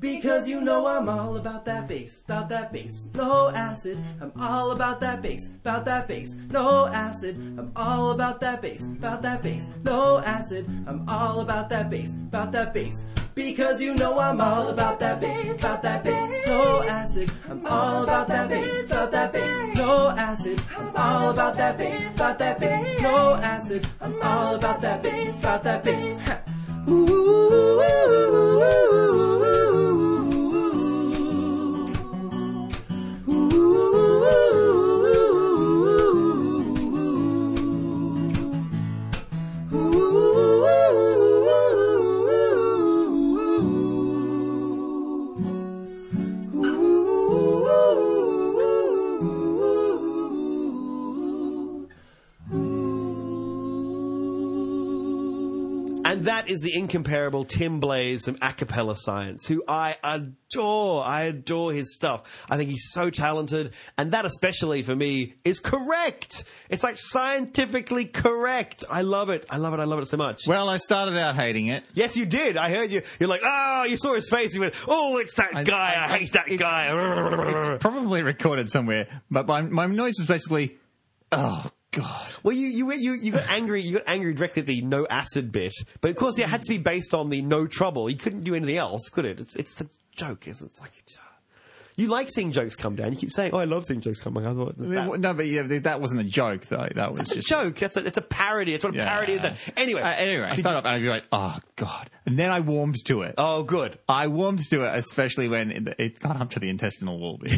Because you know I'm all about that bass, about that bass, no acid. I'm all about that bass, about that bass, no acid. I'm all about that bass, about that bass, no acid. I'm all about that bass, about that bass. Because you know I'm all about that bass, about that bass, no acid. I'm all about that bass, about that bass, no acid. I'm all about that bass, about that bass, no acid. I'm all about that bass, about that bass. Ha.
And that is the incomparable Tim Blaze from Acapella Science, who I adore. I adore his stuff. I think he's so talented. And that, especially for me, is correct. It's like scientifically correct. I love it. I love it. I love it so much.
Well, I started out hating it.
yes, you did. I heard you. You're like, oh, you saw his face. You went, oh, it's that guy. I,
I-
hate that
it's-
guy.
It's probably recorded somewhere, but my, my noise was basically, oh, God.
Well, you, you you you got angry. You got angry directly at the no acid bit, but of course it had to be based on the no trouble. You couldn't do anything else, could it? It's it's the joke. It's, it's like you like seeing jokes come down. You keep saying, "Oh, I love seeing jokes come down." I thought that-
No, but yeah, that wasn't a joke, though. That was
it's a
just.
joke. That's a, it's a parody. It's what a
Yeah.
parody is. Anyway,
Uh, anyway, I started off and I'd be like, oh, God. And then I warmed to it.
oh, good.
I warmed to it, especially when it- it got up to the intestinal wall. bit.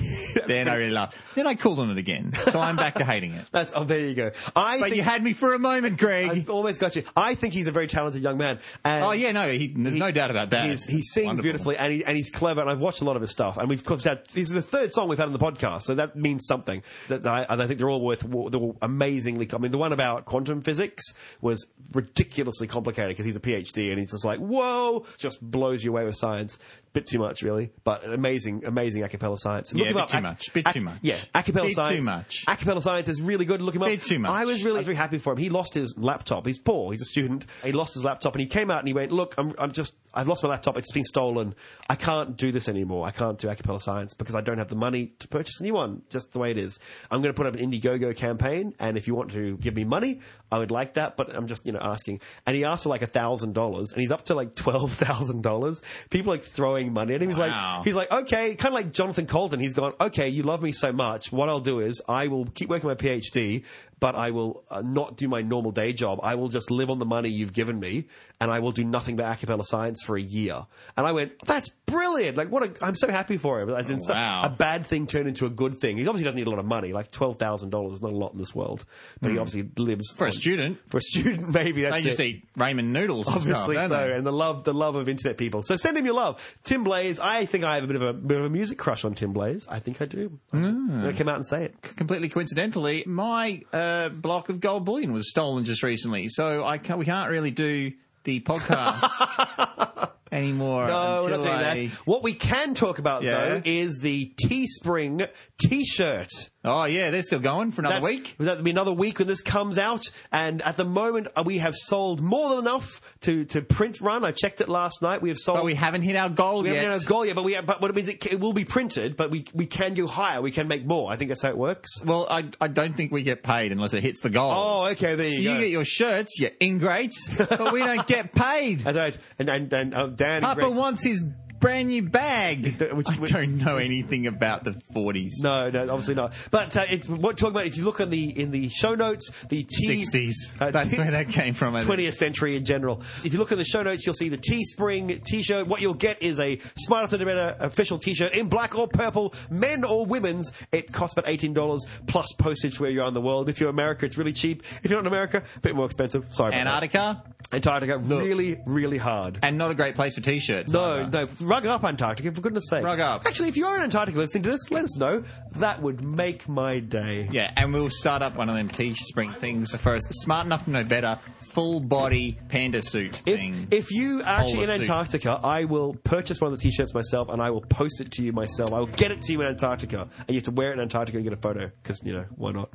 then I really laughed. Then I cooled on it again. So I'm back to hating it.
That's oh, there you go. I
But
think
you had me for a moment, Greg.
I've always got you. I think he's a very talented young man. And
oh, yeah, no, he, there's
He-
no doubt about that.
He's, he
It's
sings
wonderful.
beautifully and, he, and he's clever. And I've watched a lot of his stuff. And we've course, had this is the third song we've had on the podcast, so that means something. That that I, and I think they're all worth. They're all amazingly. I mean, the one about quantum physics was ridiculously complicated because he's a PhD and he's just like, whoa, just blows you away with science. Bit too much, really, but amazing, amazing acapella science. Look
Yeah,
him
bit
up.
too
Ac-
much, bit
ac-
too much.
Yeah, acapella
Bit too
science.
much.
Acapella science is really good. Look him up.
Bit too much.
I was really very happy for him. He lost his laptop. He's poor. He's a student. He lost his laptop, and he came out and he went, "Look, I'm, I'm just, I've lost my laptop. It's been stolen. I can't do this anymore. I can't do acapella science because I don't have the money to purchase a new one. Just the way it is. I'm going to put up an Indiegogo campaign, and if you want to give me money, I would like that. But I'm just, you know, asking. And he asked for like a thousand dollars, and he's up to like twelve thousand dollars. People like throwing money, and he was
Wow.
like, he's like, okay, kind of like Jonathan Colton. He's gone, okay, you love me so much. What I'll do is I will keep working my PhD, but I will uh, not do my normal day job. I will just live on the money you've given me, and I will do nothing but acapella science for a year. And I went, that's brilliant! Like, what? A, I'm so happy for him. As in, so-
Oh, Wow.
a bad thing turned into a good thing. He obviously doesn't need a lot of money, like twelve thousand dollars. Not a lot in this world, but he obviously lives
Hmm. For a
on-
student.
For a student, maybe that's
They just
it
eat ramen noodles. and stuff,
obviously
don't
so,
they?
and the love, the love of internet people. So send him your love, Tim Blaze. I think I have a bit of a bit of a music crush on Tim Blaze. I think I do.
Ah.
I'm gonna come out and say it.
completely coincidentally, my uh, block of gold bullion was stolen just recently, so I can't, we can't really do the podcast anymore.
No, Oh, we're not
until
doing
I-
that. What we can talk about
Yeah.
though is the Teespring T-shirt.
Oh yeah, they're still going for another week.
That'll be another week when this comes out. And at the moment, uh, we have sold more than enough to, to print run. I checked it last night. We have sold.
But we haven't hit our goal
We
yet.
haven't hit our goal yet, but we have, but what it means it, ca- it will be printed, but we we can do higher. We can make more. I think that's how it works.
Well, I, I don't think we get paid unless it hits the goal.
Oh, okay, there you
so
go.
you get your shirts, you ingrates, but we don't get paid.
That's right. And and, and uh, Dan.
Papa
Greg-
wants his brand new bag.
Th- which-
I
which-
don't know anything about the 40s.
No, no, obviously not. But uh, if, what talking about? If you look on the in the show notes, the T-
60s.
uh,
That's
T-
where that came from. I think.
20th century in general. If you look in the show notes, you'll see the Teespring T-shirt. What you'll get is a Smarter Than a Better official T-shirt in black or purple, men or women's. It costs about eighteen dollars plus postage where you are in the world. If you're America, it's really cheap. If you're not in America, a bit more expensive. Sorry, about
Antarctica,
that. Antarctica, really, really hard.
and not a great place for t-shirts.
No,
either.
no. Rug up Antarctica, for goodness sake.
Rug up.
Actually, if you're in Antarctica listening to this, let us know. That would make my day.
Yeah, and we'll start up one of them Teespring things for us. Smart enough to know better, full body panda suit thing.
If, if you are actually in
Polar suit.
Antarctica, I will purchase one of the t-shirts myself and I will post it to you myself. I will get it to you in Antarctica. And you have to wear it in Antarctica and get a photo because, you know, why not?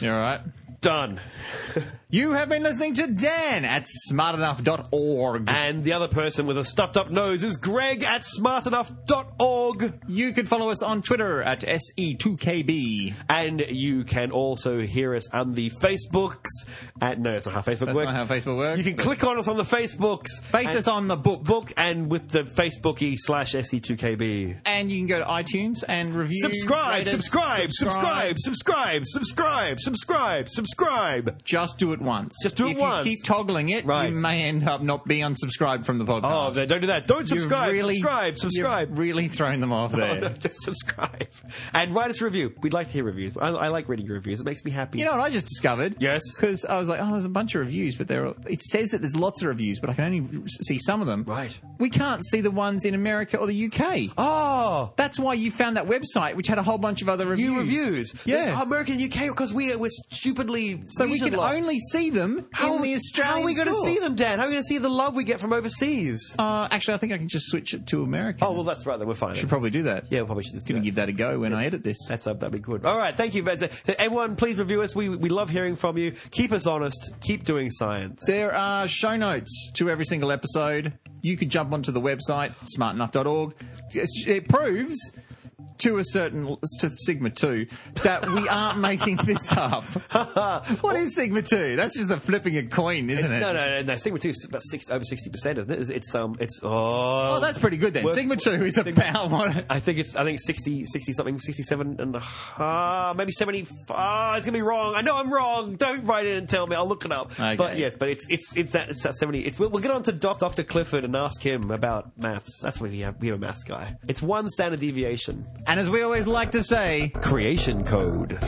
You all right?
Done.
You have been listening to Dan at smartenough.org.
And the other person with a stuffed up nose is Greg at smartenough.org.
You can follow us on Twitter at E SE2KB.
And you can also hear us on the Facebooks. At, no, that's not how Facebook
That's
works.
not how Facebook works.
You can
but-
click on us on the Facebooks.
Face
And-
us on the book.
book and with the Facebooky slash E SE2KB.
And you can go to iTunes and review.
Subscribe,
rate us,
subscribe, subscribe, subscribe, subscribe, subscribe, subscribe.
Just do it once.
Just do it
if
once.
you keep toggling it,
Right.
you may end up not being unsubscribed from the podcast.
Oh, no, don't do that. Don't
You've
subscribe,
really-
subscribe,
you've
subscribe.
really thrown them off
Oh,
there.
no, just subscribe. And write us a review. We'd like to hear reviews. I, I like reading your reviews. It makes me happy.
You know what I just discovered?
Yes.
Because I was like, oh, there's a bunch of reviews, but there are, it says that there's lots of reviews, but I can only r- see some of them.
Right.
We can't see the ones in America or the UK.
oh,
That's why you found that website, which had a whole bunch of other reviews.
new reviews.
Yeah.
Oh, American and UK, because we, uh, we're stupidly
so we
region
can
locked.
only see them in the Australian
How are we going to
store.
see them, Dan? How are we going to see the love we get from overseas?
Uh, actually, I think I can just switch it to America.
Oh, well, that's right. Then we're fine.
should probably do that.
yeah, we probably should just do
Gonna
that.
give that a go when I edit this.
That's up. That'd be good. All right. Thank you, Bez. Everyone, please review us. We, we love hearing from you. Keep us honest. Keep doing science.
There are show notes to every single episode. You could jump onto the website, smartenough.org. It proves to a certain, to Sigma 2, that we aren't making this up. what is Sigma 2? That's just the flipping a coin, isn't it?
No, no, no, no. Sigma two is about six, over sixty percent, isn't it? It's, it's um, it's oh.
Oh, that's pretty good then.
Work-
Sigma 2 is about what?
I think it's I think it's 60, 60 something, sixty seven and a half, maybe seventy. Ah, it's gonna be wrong. I know I'm wrong. Don't write it and tell me. I'll look it up.
Okay.
But yes, but it's it's it's that it's that seventy. It's we'll, we'll get on to Doc Doctor Clifford and ask him about maths. That's what we have. We have a maths guy. It's one standard deviation.
And as we always like to say,
Creation code.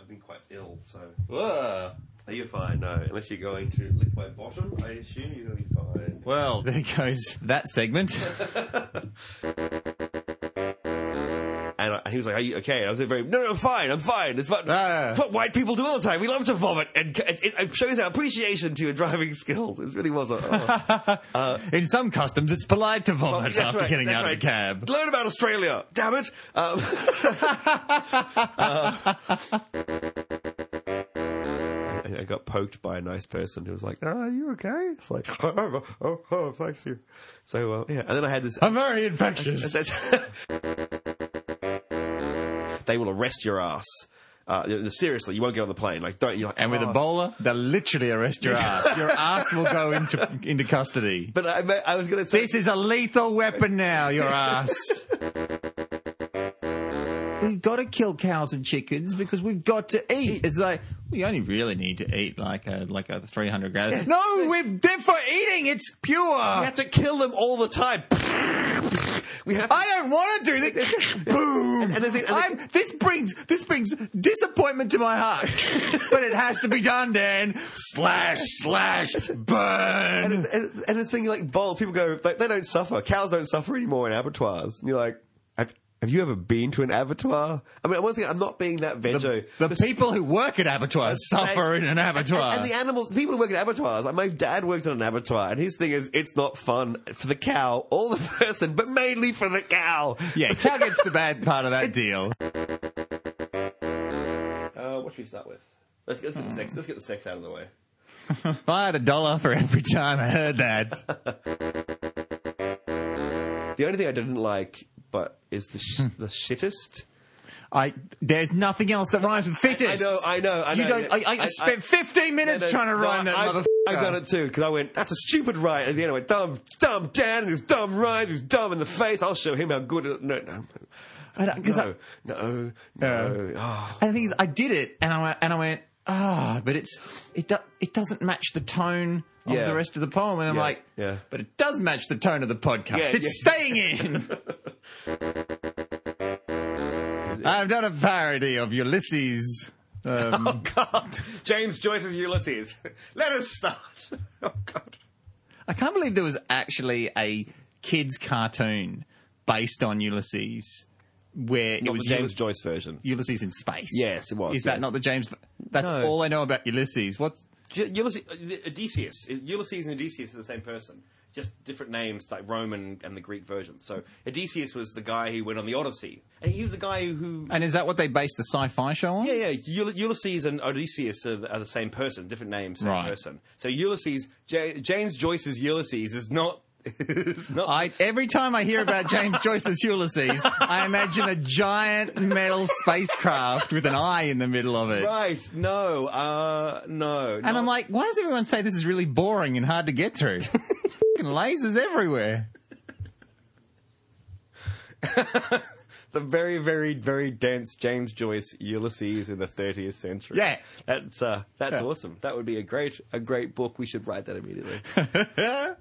I've been quite ill, so. Are you fine? No, unless you're going to lick my bottom, I assume you're going to be fine.
well, there goes that segment.
And, I, and he was like, Are you okay? And I was very, No, no, I'm fine, I'm fine. It's what,
Ah.
it's what white people do all the time. We love to vomit. And c- it, it shows our appreciation to your driving skills. It really was a. oh.
In some customs, it's polite to vomit
That's
after
right,
getting
that's
out
right.
of a cab.
Learn about Australia, damn it. Um, uh, I I got poked by a nice person who was like, "Oh, "Are you okay?" It's like, "Oh, "Oh, oh, oh thanks you." So uh, yeah, and then I had this.
I'm very infectious.
they will arrest your ass. uh, you know, seriously, you won't get on the plane. Like, don't you? Like,
And with
"Oh."
Ebola, they'll literally arrest your ass. Your ass will go into into custody.
But I, I was going to say,
This is a lethal weapon now, your ass. We've got to kill cows and chickens because we've got to eat. It's like we only really need to eat like a like a three hundred grams. No, we've they're for eating. It's pure.
we have to kill them all the time. we have. To,
I don't want to do this. Boom!
and the thing- and the-
I'm, this brings this brings disappointment to my heart. but it has to be done, Dan. Slash, slash, burn.
and, and, and this thing like bold people go like they don't suffer. Cows don't suffer anymore in abattoirs. And you're like, have, have you ever been to an abattoir? I mean, once again, I'm not being that
the,
veggie.
the people who work at abattoirs suffer in an abattoir.
And, and the animals, the people who work at abattoirs. Like my dad worked on an abattoir, and his thing is, it's not fun for the cow or the person, but mainly for the cow.
yeah, cow gets the bad part of that deal.
Uh, what should we start with? Let's, let's
Hmm.
get the sex. Let's get the sex out of the way.
If I had a dollar for every time I heard that,
The only thing I didn't like, but is the
Hmm.
sh- the shittest.
I there's nothing else that rhymes with fittest.
I know, I know, I know.
you don't. I, I, spent 15 minutes
no, no,
trying to
no,
rhyme that
I,
motherfucker.
I've done it too because I went. That's a stupid rhyme. And then I went dumb, dumb Dan. Who's dumb rhymes? Who's dumb in the face? I'll show him how good. It, no, no,
I don't, cause I-
no, no, no. Oh.
And the thing is, I did it, and I went, and I went, ah, but it's it do, it doesn't match the tone of
Yeah.
the rest of the poem, and I'm
Yeah,
like,
yeah.
but it does match the tone of the podcast.
Yeah,
it's
yeah.
staying in. I've done a parody of Ulysses. Um,
oh God! James Joyce's Ulysses. Let us start. Oh God!
I can't believe there was actually a kids cartoon based on Ulysses, where it
Not
was
the James
Uly-
Joyce version.
Ulysses in space.
Yes, it was,
Is that
yes.
not the James? That's
No.
all I know about Ulysses. What's
Ju- Ulysses, uh, Odysseus. Ulysses and Odysseus are the same person, just different names, like Roman and the Greek versions. So Odysseus was the guy who went on the Odyssey, and he was the guy who.
and is that what they based the sci-fi show on?
Yeah, yeah. Uly- Ulysses and Odysseus are, are the same person, different names, same
Right.
person. So Ulysses, J- James Joyce's Ulysses is not. is not
I, every time I hear about James Joyce's Ulysses, I imagine a giant metal spacecraft with an eye in the middle of it.
right. No. Uh, no.
And I'm like, why does everyone say this is really boring and hard to get through? There's fucking lasers everywhere.
the very, very, very dense James Joyce Ulysses in the 30th century.
Yeah.
that's uh, that's awesome. That would be a great, a great book. We should write that immediately.